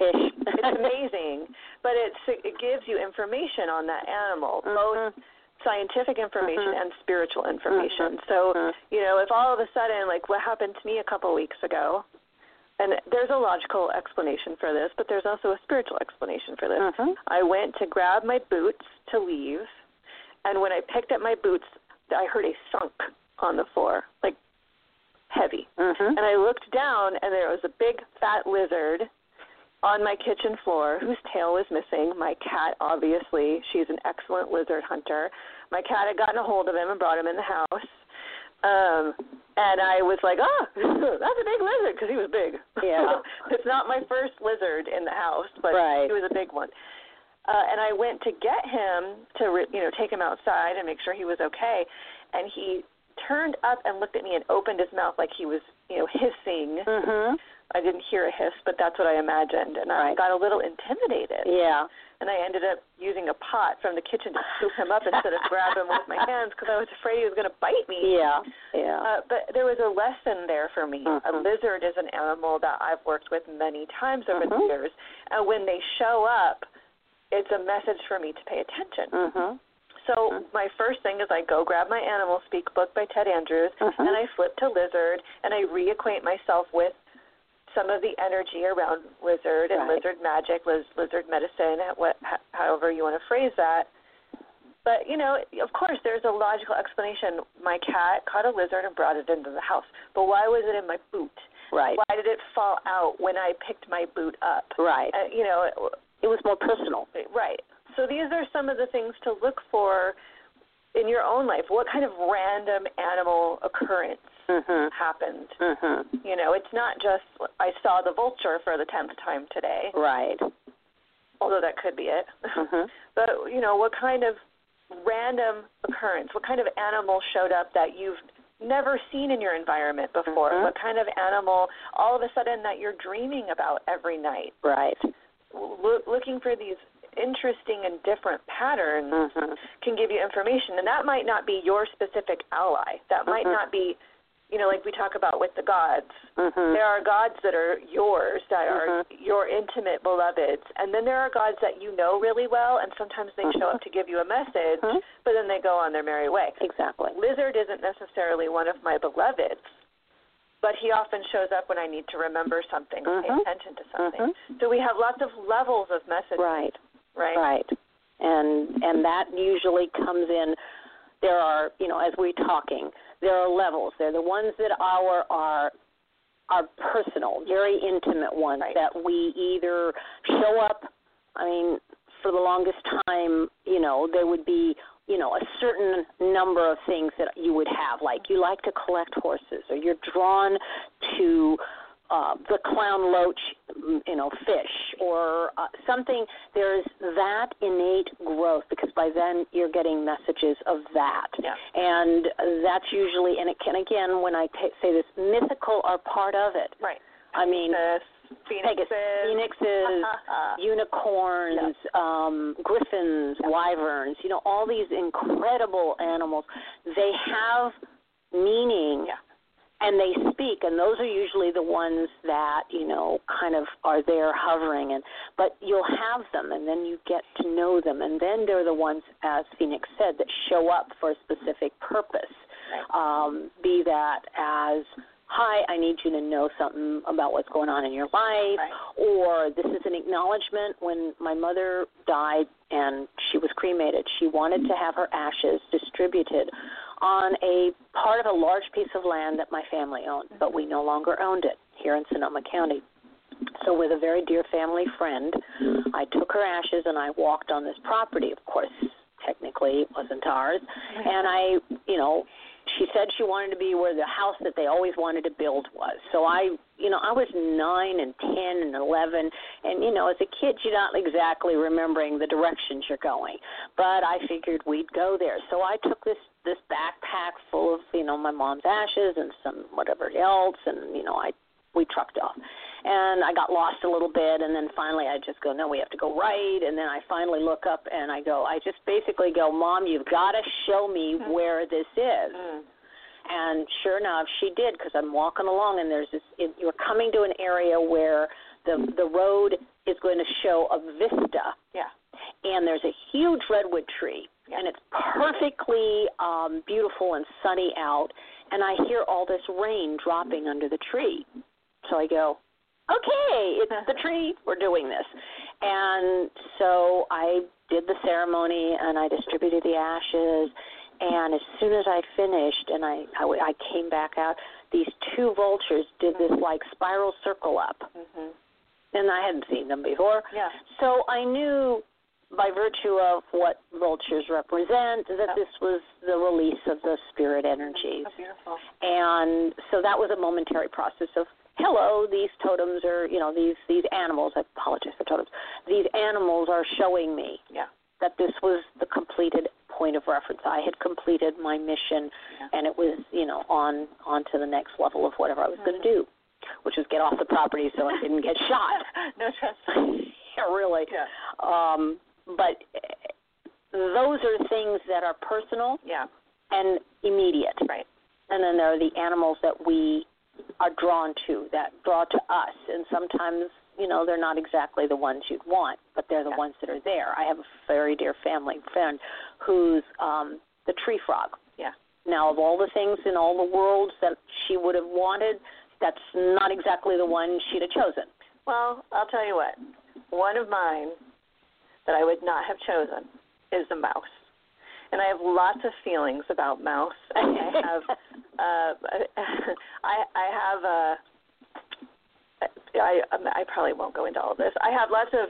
E: Fish.
F: it's amazing. but it's it gives you information on that animal, both scientific information and spiritual information. So, you know, if all of a sudden, like what happened to me a couple weeks ago, and there's a logical explanation for this, but there's also a spiritual explanation for this. I went to grab my boots to leave, and when I picked up my boots, I heard a thunk on the floor, like heavy.
E: Mm-hmm.
F: And I looked down, and there was a big fat lizard on my kitchen floor whose tail was missing. My cat, obviously, she's an excellent lizard hunter. My cat had gotten a hold of him and brought him in the house. Um, and I was like, oh, that's a big lizard because he was big.
E: Yeah.
F: it's not my first lizard in the house, but
E: Right.
F: he was a big one. Uh, and I went to get him to, re- you know, take him outside and make sure he was okay. And he turned up and looked at me and opened his mouth like he was, you know, hissing.
E: Mhm.
F: I didn't hear a hiss, but that's what I imagined, and I
E: Right.
F: got a little intimidated.
E: Yeah.
F: And I ended up using a pot from the kitchen to scoop him up instead of grab him with my hands because I was afraid he was going to bite me.
E: Yeah. Yeah.
F: Uh, but there was a lesson there for me. A
E: Mhm.
F: lizard is an animal that I've worked with many times over the years, and when they show up, it's a message for me to pay attention.
E: mhm.
F: So my first thing is I go grab my Animal Speak book by Ted Andrews, and I flip to lizard, and I reacquaint myself with some of the energy around lizard and
E: Right.
F: lizard magic, liz, lizard medicine, what, h- however you want to phrase that. But you know, of course, there's a logical explanation. My cat caught a lizard and brought it into the house, but why was it in my boot?
E: Right.
F: Why did it fall out when I picked my boot up?
E: Right.
F: Uh, you know,
E: It was more personal.
F: Right. So these are some of the things to look for in your own life. What kind of random animal occurrence
E: Mhm.
F: happened?
E: Mhm.
F: You know, it's not just I saw the vulture for the tenth time today,
E: Right.
F: although that could be it.
E: Mhm.
F: but you know, what kind of random occurrence? What kind of animal showed up that you've never seen in your environment before? What kind of animal all of a sudden that you're dreaming about every night?
E: Right.
F: Loo- looking for these interesting and different patterns
E: Mhm.
F: can give you information and that might not be your specific ally that might not be you know like we talk about with the gods
E: Mhm.
F: there are gods that are yours that are your intimate beloveds and then there are gods that you know really well and sometimes they show up to give you a message but then they go on their merry way
E: Exactly.
F: lizard isn't necessarily one of my beloveds but he often shows up when i need to remember something or pay
E: Mhm.
F: attention to something so we have lots of levels of messages
E: Right.
F: right
E: Right. And and that usually comes in there are, you know, as we're talking, there are levels. They're the ones that our are are personal, very intimate ones
F: Right.
E: that we either show up I mean, for the longest time, you know, there would be, you know, a certain number of things that you would have. Like you like to collect horses or you're drawn to uh, the clown loach, mm, you know, fish or uh, something. There's that innate growth because by then you're getting messages of that,
F: Yeah.
E: and that's usually and it can again when I ta say this mythical are part of it.
F: right
E: I mean,
F: Pegasus,
E: Pegasus,
F: Phoenixes. Uh-huh.
E: phoenixes, unicorns, um, griffins, wyverns, you know, all these incredible animals. They have meaning
F: Yeah.
E: and they speak and those are usually the ones that, you know, kind of are there hovering and but you'll have them and then you get to know them and then they're the ones as Phoenix said that show up for a specific purpose um, be that as hi i need you to know something about what's going on in your life or this is an acknowledgement when my mother died and she was cremated she wanted to have her ashes distributed on a part of a large piece of land that my family owned but we no longer owned it here in sonoma county so, with a very dear family friend, I took her ashes and I walked on this property. Of course, technically it wasn't ours. And I, you know, she said she wanted to be where the house that they always wanted to build was. So I, you know, I was nine and ten and eleven, and you know, as a kid, you're not exactly remembering the directions you're going. But I figured we'd go there. So I took this this backpack full of, you know, my mom's ashes and some whatever else, and you know, I we trucked off. And I got lost a little bit, and then finally I just go, no, we have to go right. And then I finally look up and I go, I just basically go, Mom, you've got to show me where this is. And sure enough, she did because I'm walking along, and there's this. It, you're coming to an area where the the road is going to show a vista,
F: Yeah.
E: and there's a huge redwood tree and it's perfectly um, beautiful and sunny out, and I hear all this rain dropping under the tree. So I go, okay, it's the tree. We're doing this. And so I did the ceremony and I distributed the ashes. And as soon as I finished and I, I, w- I came back out, these two vultures did this like spiral circle up. And I hadn't seen them before.
F: Yeah.
E: So I knew by virtue of what vultures represent that this was the release of the spirit energies.
F: Oh, beautiful.
E: And so that was a momentary process of hello, these totems are you know, these these animals, I apologize for totems. These animals are showing me
F: Yeah.
E: that this was the completed point of reference. I had completed my mission and it was, you know, on on to the next level of whatever I was gonna do. Which was get off the property so I didn't get shot.
F: no trust.
E: yeah, really.
F: Yeah.
E: Um, but eh, those are things that are personal
F: Yeah.
E: and immediate.
F: Right.
E: And then there are the animals that we are drawn to, that draw to us. And sometimes, you know, they're not exactly the ones you'd want, but they're the ones that are there. I have a very dear family friend who's um, the tree frog.
F: Yeah.
E: Now, of all the things in all the worlds that she would have wanted, that's not exactly the one she'd have chosen.
F: Well, I'll tell you what. One of mine that I would not have chosen is the mouse. And I have lots of feelings about mouse. And I have uh I I have a I um, I probably won't go into all this. I have lots of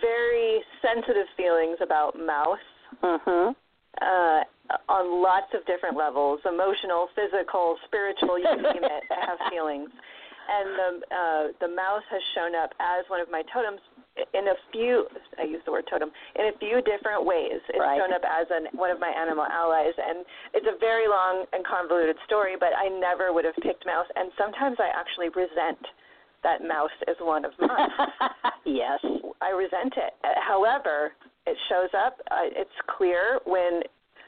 F: very sensitive feelings about mouse
E: Mm-hmm.
F: uh, on lots of different levels emotional, physical, spiritual, you name it. I have feelings. And the, uh, the mouse has shown up as one of my totems in a few, I use the word totem, in a few different ways. It's
E: Right.
F: shown up as an, one of my animal allies. And it's a very long and convoluted story, but I never would have picked mouse. And sometimes I actually resent that mouse is one of mine.
E: yes.
F: I resent it. Uh, However, it shows up. Uh, it's clear when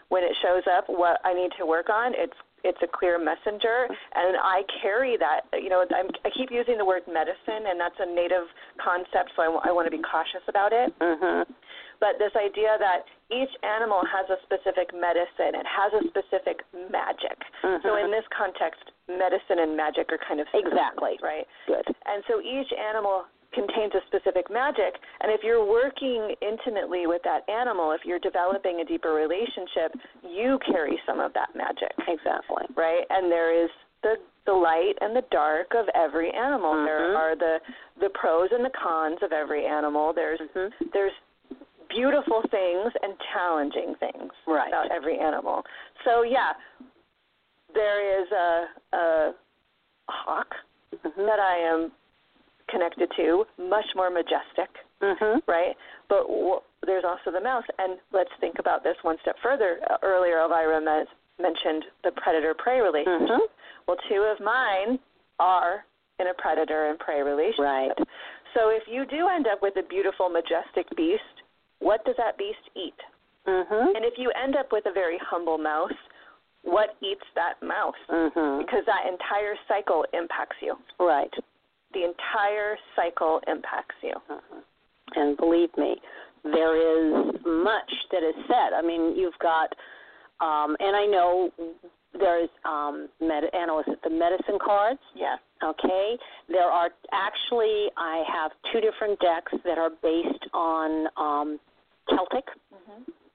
F: when it shows up what I need to work on. It's it's a clear messenger, and I carry that. You know, I'm, I keep using the word medicine, and that's a native concept, so I want to be cautious about it.
E: Mm-hmm.
F: But this idea that each animal has a specific medicine, it has a specific magic. So
E: Mm-hmm.
F: in this context, medicine and magic are kind of synonyms,
E: Exactly.
F: right.
E: Good.
F: And so each animal contains a specific magic. And if you're working intimately with that animal, if you're developing a deeper relationship, you carry some of that magic,
E: Exactly.
F: right? And there is the the light and the dark of every animal.
E: Mm-hmm.
F: There are the the pros and the cons of every animal. There's
E: Mm-hmm.
F: there's beautiful things and challenging things
E: Right.
F: about every animal. So yeah, there is a a hawk
E: Mm-hmm.
F: that I am connected to, much more majestic,
E: Mm-hmm.
F: right? But w- there's also the mouse, and let's think about this one step further. Uh, earlier, Elvira men- mentioned the predator-prey relationship.
E: Mm-hmm.
F: Well, two of mine are in a predator and prey relationship.
E: Right.
F: So if you do end up with a beautiful, majestic beast, what does that beast eat?
E: Mm-hmm.
F: And if you end up with a very humble mouse, what eats that mouse?
E: Mm-hmm.
F: Because that entire cycle impacts you
E: Right.
F: the entire cycle impacts you.
E: Uh-huh. And believe me, there is much that is said. I mean, you've got, um, and I know there's um, med- and was it the medicine cards?
F: Yeah.
E: Okay. There are actually, I have two different decks that are based on um, Celtic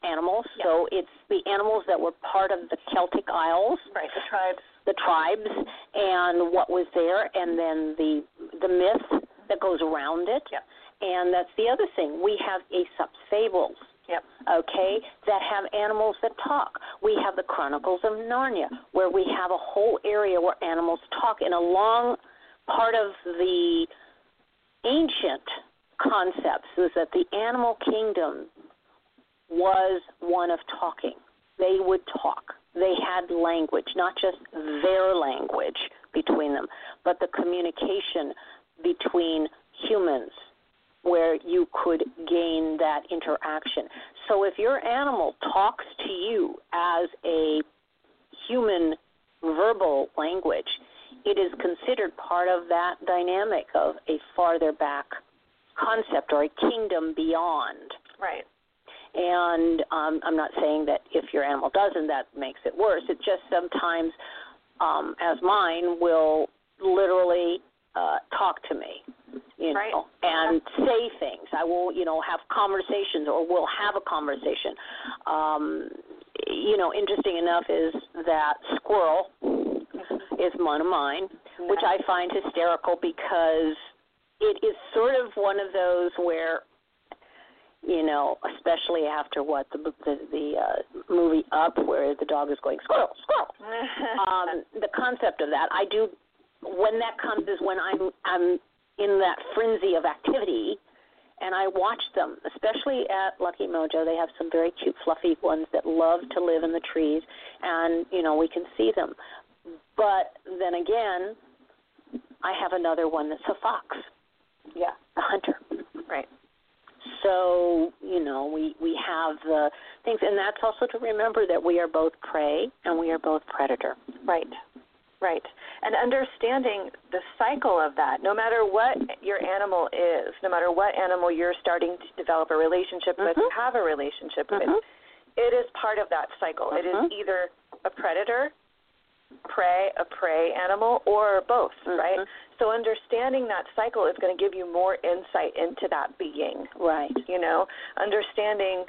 E: animals. So it's the animals that were part of the Celtic Isles.
F: Right. The tribes.
E: the tribes and what was there and then the the myth that goes around it
F: Yep.
E: and that's the other thing we have aesop's fables
F: Yep.
E: okay that have animals that talk we have the chronicles of narnia where we have a whole area where animals talk and a long part of the ancient concepts was that the animal kingdom was one of talking. They would talk. They had language, not just their language between them, but the communication between humans where you could gain that interaction. So if your animal talks to you as a human verbal language, it is considered part of that dynamic of a farther back concept or a kingdom beyond
F: Right.
E: And um, I'm not saying that if your animal doesn't, that makes it worse. It just sometimes, um, as mine, will literally uh, talk to me, you
H: Right.
E: know, and say things. I will, you know, have conversations or will have a conversation. Um, you know, interesting enough is that squirrel is one of mine, which I find hysterical because it is sort of one of those where you know, especially after what the the, the uh, movie Up, where the dog is going squirrel, squirrel. um, the concept of that, I do. When that comes is when I'm I'm in that frenzy of activity, and I watch them, especially at Lucky Mojo. They have some very cute, fluffy ones that love to live in the trees, and you know we can see them. But then again, I have another one that's a fox,
F: Yeah.
E: a hunter
F: Right.
E: so you know we we have the things and that's also to remember that we are both prey and we are both predator
H: Right. Right. And understanding the cycle of that, no matter what your animal is, no matter what animal you're starting to develop a relationship with, have a relationship with, it is part of that cycle. It is either a predator, prey, a prey animal, or both,
E: Mm-hmm.
H: right? So understanding that cycle is going to give you more insight into that being
E: right
H: you know understanding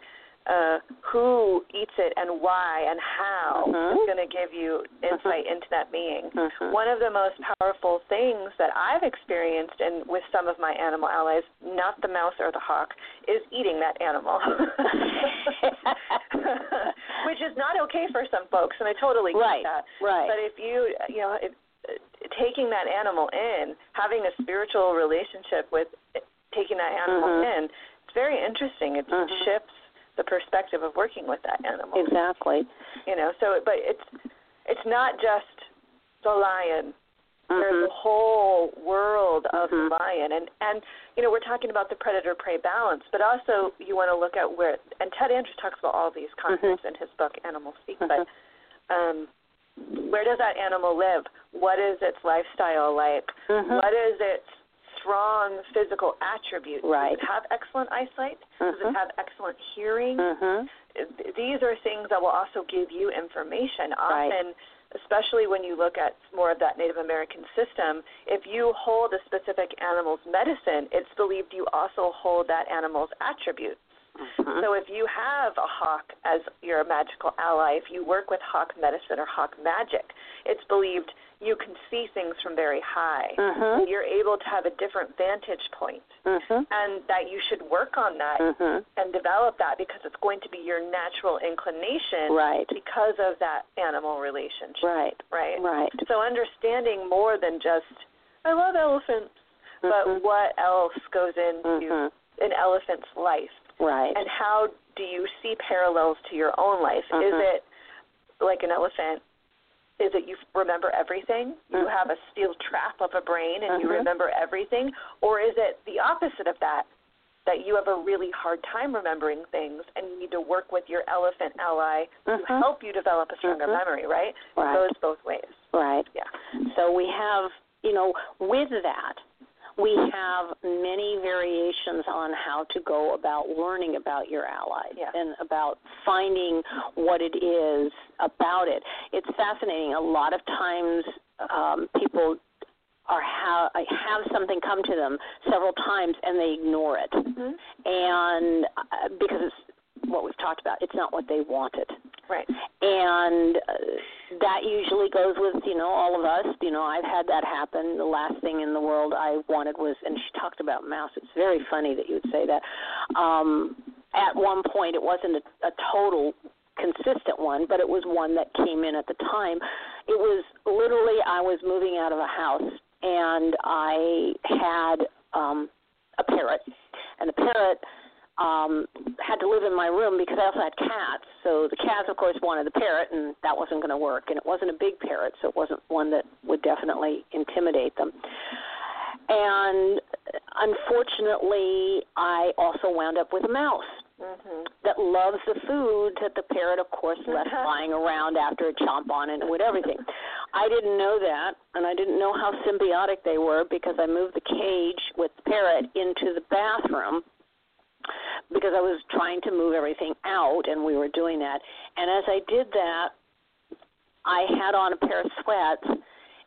H: uh who eats it and why and how
E: Mm-hmm.
H: is going to give you insight into that being one of the most powerful things that i've experienced and with some of my animal allies not the mouse or the hawk is eating that animal which is not okay for some folks and i totally get
E: Right,
H: that
E: right.
H: but if you you know if, uh, taking that animal in having a spiritual relationship with taking that animal in it's very interesting it shifts the perspective of working with that animal
E: exactly
H: you know so but it's it's not just the lion there's a whole world of the lion and and you know we're talking about the predator prey balance but also you want to look at where and ted andrews talks about all these concepts in his book animal speak but um where does that animal live? What is its lifestyle like? What is its strong physical attribute?
E: Right.
H: Does it have excellent eyesight? Does it have excellent hearing?
E: mhm
H: Th- These are things that will also give you information.
E: Right.
H: Often, especially when you look at more of that Native American system, if you hold a specific animal's medicine, it's believed you also hold that animal's attributes. So if you have a hawk as your magical ally, if you work with hawk medicine or hawk magic, it's believed you can see things from very high. You're able to have a different vantage point, and that you should work on that
E: Mm-hmm.
H: and develop that because it's going to be your natural inclination
E: Right.
H: because of that animal relationship.
E: right
H: Right.
E: right
H: So understanding more than just I love elephants, but
E: Mm-hmm.
H: what else goes into an elephant's life
E: right
H: and how do you see parallels to your own life? Is it like an elephant? Is it you remember everything? You have a steel trap of a brain and you remember everything? Or is it the opposite of that? That you have a really hard time remembering things and you need to work with your elephant ally to help you develop a stronger memory, right?
E: Right.
H: It goes both ways.
E: right
H: Yeah.
E: So we have, you know, with that, we have many variations on how to go about learning about your ally
H: Yeah.
E: and about finding what it is about it. It's fascinating. A lot of times um, people are ha- have something come to them several times and they ignore it,
H: Mm-hmm.
E: and uh, because it's what we've talked about, it's not what they wanted
H: Right.
E: and uh, that usually goes with you know all of us you know i've had that happen the last thing in the world i wanted was and she talked about mouse it's very funny that you would say that um at one point it wasn't a, a total consistent one but it was one that came in at the time it was literally i was moving out of a house and i had um a parrot and the parrot um had to live in my room because I also had cats. So the cats of course wanted the parrot and that wasn't going to work and it wasn't a big parrot so it wasn't one that would definitely intimidate them. And unfortunately, I also wound up with a mouse that loves the food that the parrot, of course, left lying around after it chomp on it and would everything. I didn't know that, and I didn't know how symbiotic they were because I moved the cage with the parrot into the bathroom because I was trying to move everything out, and we were doing that. And as I did that, I had on a pair of sweats,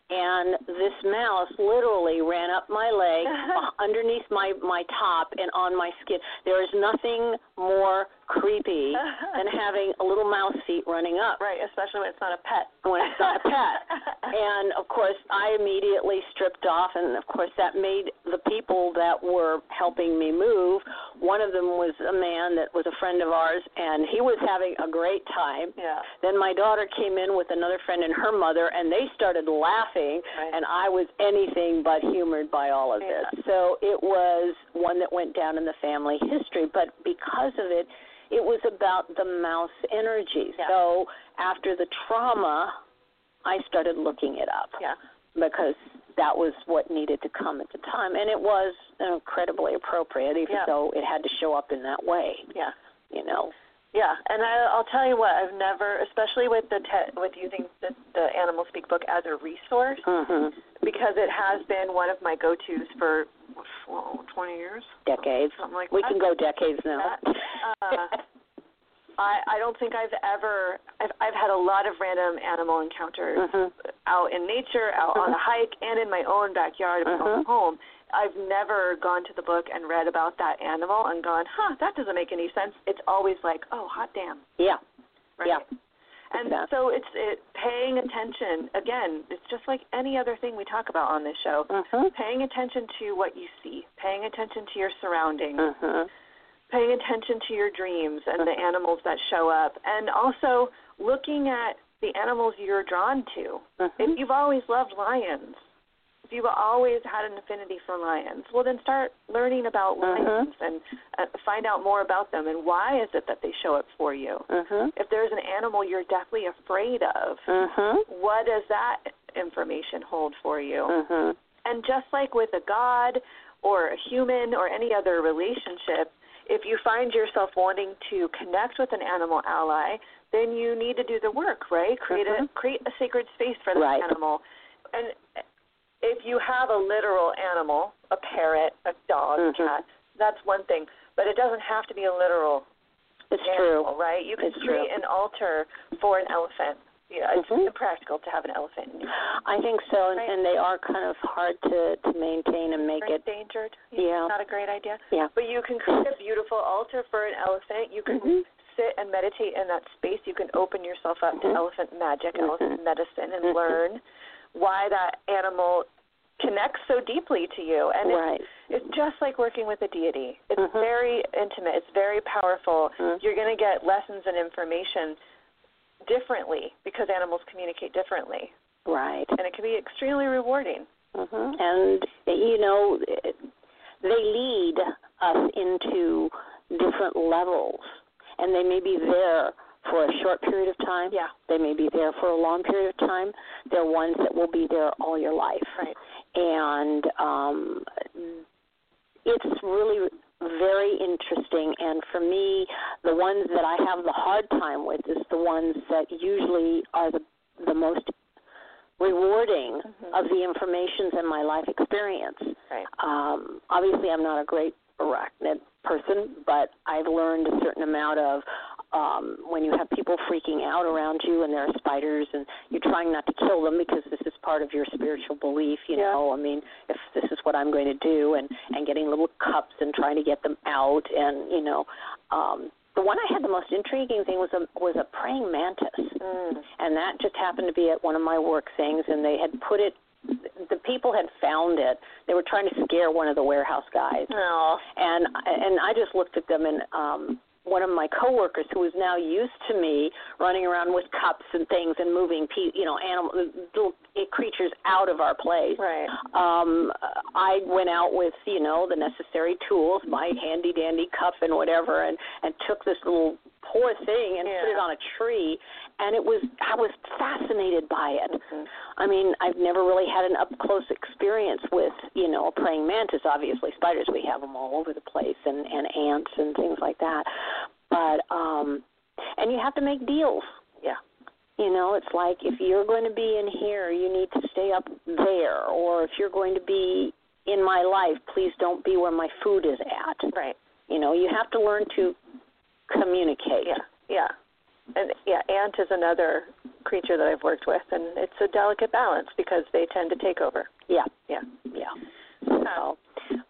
E: and this mouse literally ran up my leg, uh, underneath my my top, and on my skin. There is nothing more creepy than having a little mouse feet running up
H: Right, especially when it's not a pet.
E: when it's not a pet. And of course, I immediately stripped off, and of course, that made the people that were helping me move. One of them was a man that was a friend of ours, and he was having a great time.
H: Yeah.
E: Then my daughter came in with another friend and her mother, and they started laughing,
H: Right.
E: and I was anything but humored by all of
H: Yeah.
E: this. So it was one that went down in the family history, but because of it, it was about the mouse energy.
H: Yeah.
E: So after the trauma, I started looking it up
H: Yeah.
E: because that was what needed to come at the time, and it was incredibly appropriate, even
H: Yeah.
E: though it had to show up in that way.
H: Yeah.
E: You know,
H: Yeah, and I, I'll tell you what I've never, especially with the te- with using the, the Animal Speak book as a resource,
E: hmm
H: because it has been one of my go-tos for well, 20 years,
E: decades.
H: something like
E: We
H: that.
E: can go decades now.
H: Uh, I I don't think I've ever I've I've had a lot of random animal encounters
E: Mhm.
H: out in nature, out
E: Mm-hmm.
H: on a hike, and in my own backyard, in my own home. I've never gone to the book and read about that animal and gone, huh, that doesn't make any sense. It's always like, oh, hot damn.
E: Yeah.
H: Right.
E: Yeah.
H: And
E: Exactly.
H: so it's it paying attention again. It's just like any other thing we talk about on this show.
E: Mhm.
H: Paying attention to what you see, paying attention to your surroundings,
E: Mhm.
H: paying attention to your dreams and the
E: Mm-hmm.
H: animals that show up, and also looking at the animals you're drawn to.
E: Mm-hmm.
H: If you've always loved lions, if you've always had an affinity for lions, well then start learning about lions and uh, find out more about them and why is it that they show up for you.
E: Mhm.
H: If there's an animal you're deathly afraid of,
E: Mhm.
H: what does that information hold for you?
E: Mhm.
H: And just like with a god or a human or any other relationship, if you find yourself wanting to connect with an animal ally, then you need to do the work, right? Create a create a sacred space for that
E: Right.
H: animal. And if you have a literal animal, a parrot, a dog,
E: Mhm.
H: cat, that's one thing. But it doesn't have to be a literal
E: It's true.
H: animal, right? You can
E: It's true.
H: create an altar for an elephant. You know, it's
E: Mhm.
H: impractical to have an elephant. in your
E: I think so, and,
H: Right.
E: and they are kind of hard to to maintain and make
H: or
E: it.
H: endangered.
E: Yeah.
H: Not a great idea.
E: Yeah.
H: But you can create a beautiful altar for an elephant. You can
E: Mhm.
H: sit and meditate in that space. You can open yourself up
E: Mhm.
H: to elephant magic,
E: Mhm.
H: elephant medicine, and
E: Mhm.
H: learn why that animal connects so deeply to you. And it's
E: Right.
H: it's just like working with a deity. It's
E: Mhm.
H: very intimate. It's very powerful.
E: Mhm.
H: You're going to get lessons and information differently because animals communicate differently,
E: Right.
H: and it can be extremely rewarding. Mm-hmm.
E: hmm And you know, they lead us into different levels, and they may be there for a short period of time.
H: Yeah.
E: They may be there for a long period of time. They're ones that will be there all your life.
H: Right.
E: And um, it's really very interesting. And for me, the ones that I have the hard time with is the ones that usually are the the most rewarding of the informations in my life experience.
H: Mm-hmm. Right.
E: Um, obviously, I'm not a great arachnid person, but I've learned a certain amount of um, when you have people freaking out around you and there are spiders and you're trying not to kill them because this is part of your spiritual belief. You
H: Yeah.
E: know, I mean, if this is what I'm going to do, and and getting little cups and trying to get them out, and you know, um, the one I had the most intriguing thing was a was a praying mantis and that just happened to be at one of my work things and they had put it the people had found it they were trying to scare one of the warehouse guys
H: No.
E: and and I just looked at them and um one of my coworkers who was now used to me running around with cups and things and moving pe- you know animal little creatures out of our place
H: Right.
E: um I went out with you know the necessary tools, my handy dandy cup and whatever, and and took this little poor thing and put
H: Yeah.
E: it on a tree, and it was I was fascinated by it. I mean, I've never really had an up close experience with you know a praying mantis. Obviously, spiders we have them all over the place, and and ants and things like that. But um, and you have to make deals.
H: Yeah.
E: You know, it's like if you're going to be in here, you need to stay up there, or if you're going to be in my life, please don't be where my food is at.
H: Right.
E: You know, you have to learn to communicate.
F: Yeah, yeah. And yeah, ant is another creature that I've worked with, and it's a delicate balance because they tend to take over.
E: Yeah,
F: Yeah.
E: yeah. So,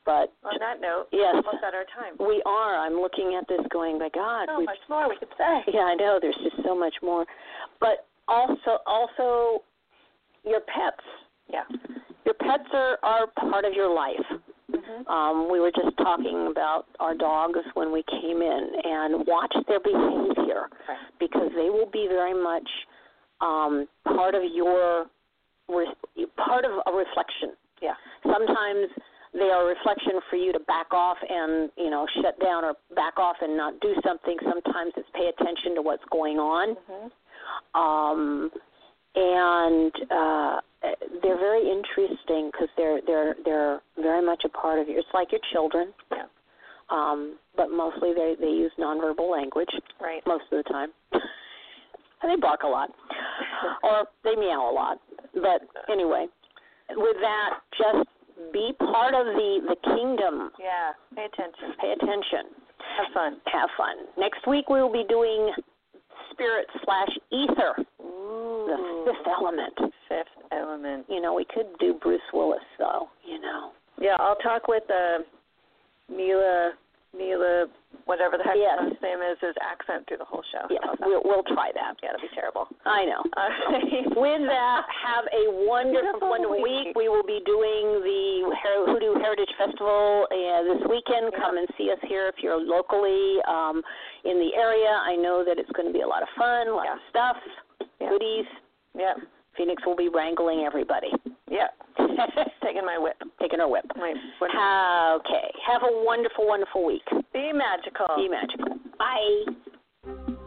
E: but
F: On that note,
E: Yes.
F: we're almost at our time.
E: we are. I'm looking at this going, my God,
H: Oh,
F: So
E: we've
F: much more we could say.
E: Yeah, I know. There's just so much more. But also, also your pets.
F: Yeah.
E: Your pets are are part of your life.
F: Mm-hmm.
E: Um, we were just talking about our dogs when we came in, and watch their behavior
F: Right.
E: because they will be very much um, part of your re- part of a reflection.
F: Yeah.
E: Sometimes they are a reflection for you to back off and you know shut down or back off and not do something. Sometimes it's pay attention to what's going on. Um, and uh, they're very interesting because they're they're they're very much a part of you. It's like your children.
F: Yeah.
E: Um, but mostly they they use nonverbal language
F: Right.
E: most of the time. And they bark a lot, or they meow a lot. But anyway, with that, just be part of the the kingdom.
F: Yeah. Pay attention.
E: Pay attention.
F: Have fun.
E: Have fun. Next week we will be doing spirit slash ether, the fifth element.
F: Fifth element.
E: You know, we could do Bruce Willis though. You know.
F: Yeah, I'll talk with uh, Mila, Mila, whatever the heck
E: Yes.
F: her last name is, is accent through the whole show.
E: Yes,
F: How's that?
E: we'll we'll try that.
F: yeah, that'd be terrible. Uh,
E: I know.
F: All right.
E: With that, have a wonderful,
F: Wonderful
E: wonderful week.
F: week.
E: We will be doing the Her- Hoodoo Heritage Festival uh, this weekend. Come and see us here if you're locally um, in the area. I know that it's going to be a lot of fun, a lot of stuff,
F: Yeah.
E: goodies.
F: Yeah,
E: Phoenix will be wrangling everybody,
F: yeah. Taking my whip.
E: taking her whip.
F: My whip.
E: Ah, Okay. Have a wonderful, wonderful week.
F: Be magical.
E: Be magical. Bye.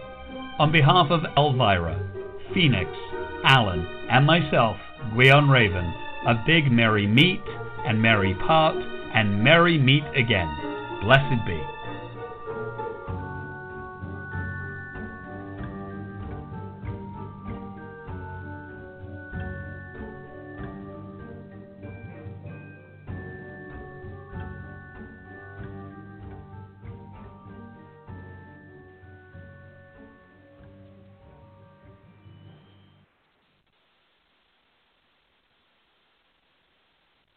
D: On behalf of Elvira, Phoenix, Alan, and myself, Gwion Raven, a big merry meet and merry part and merry meet again. Blessed be.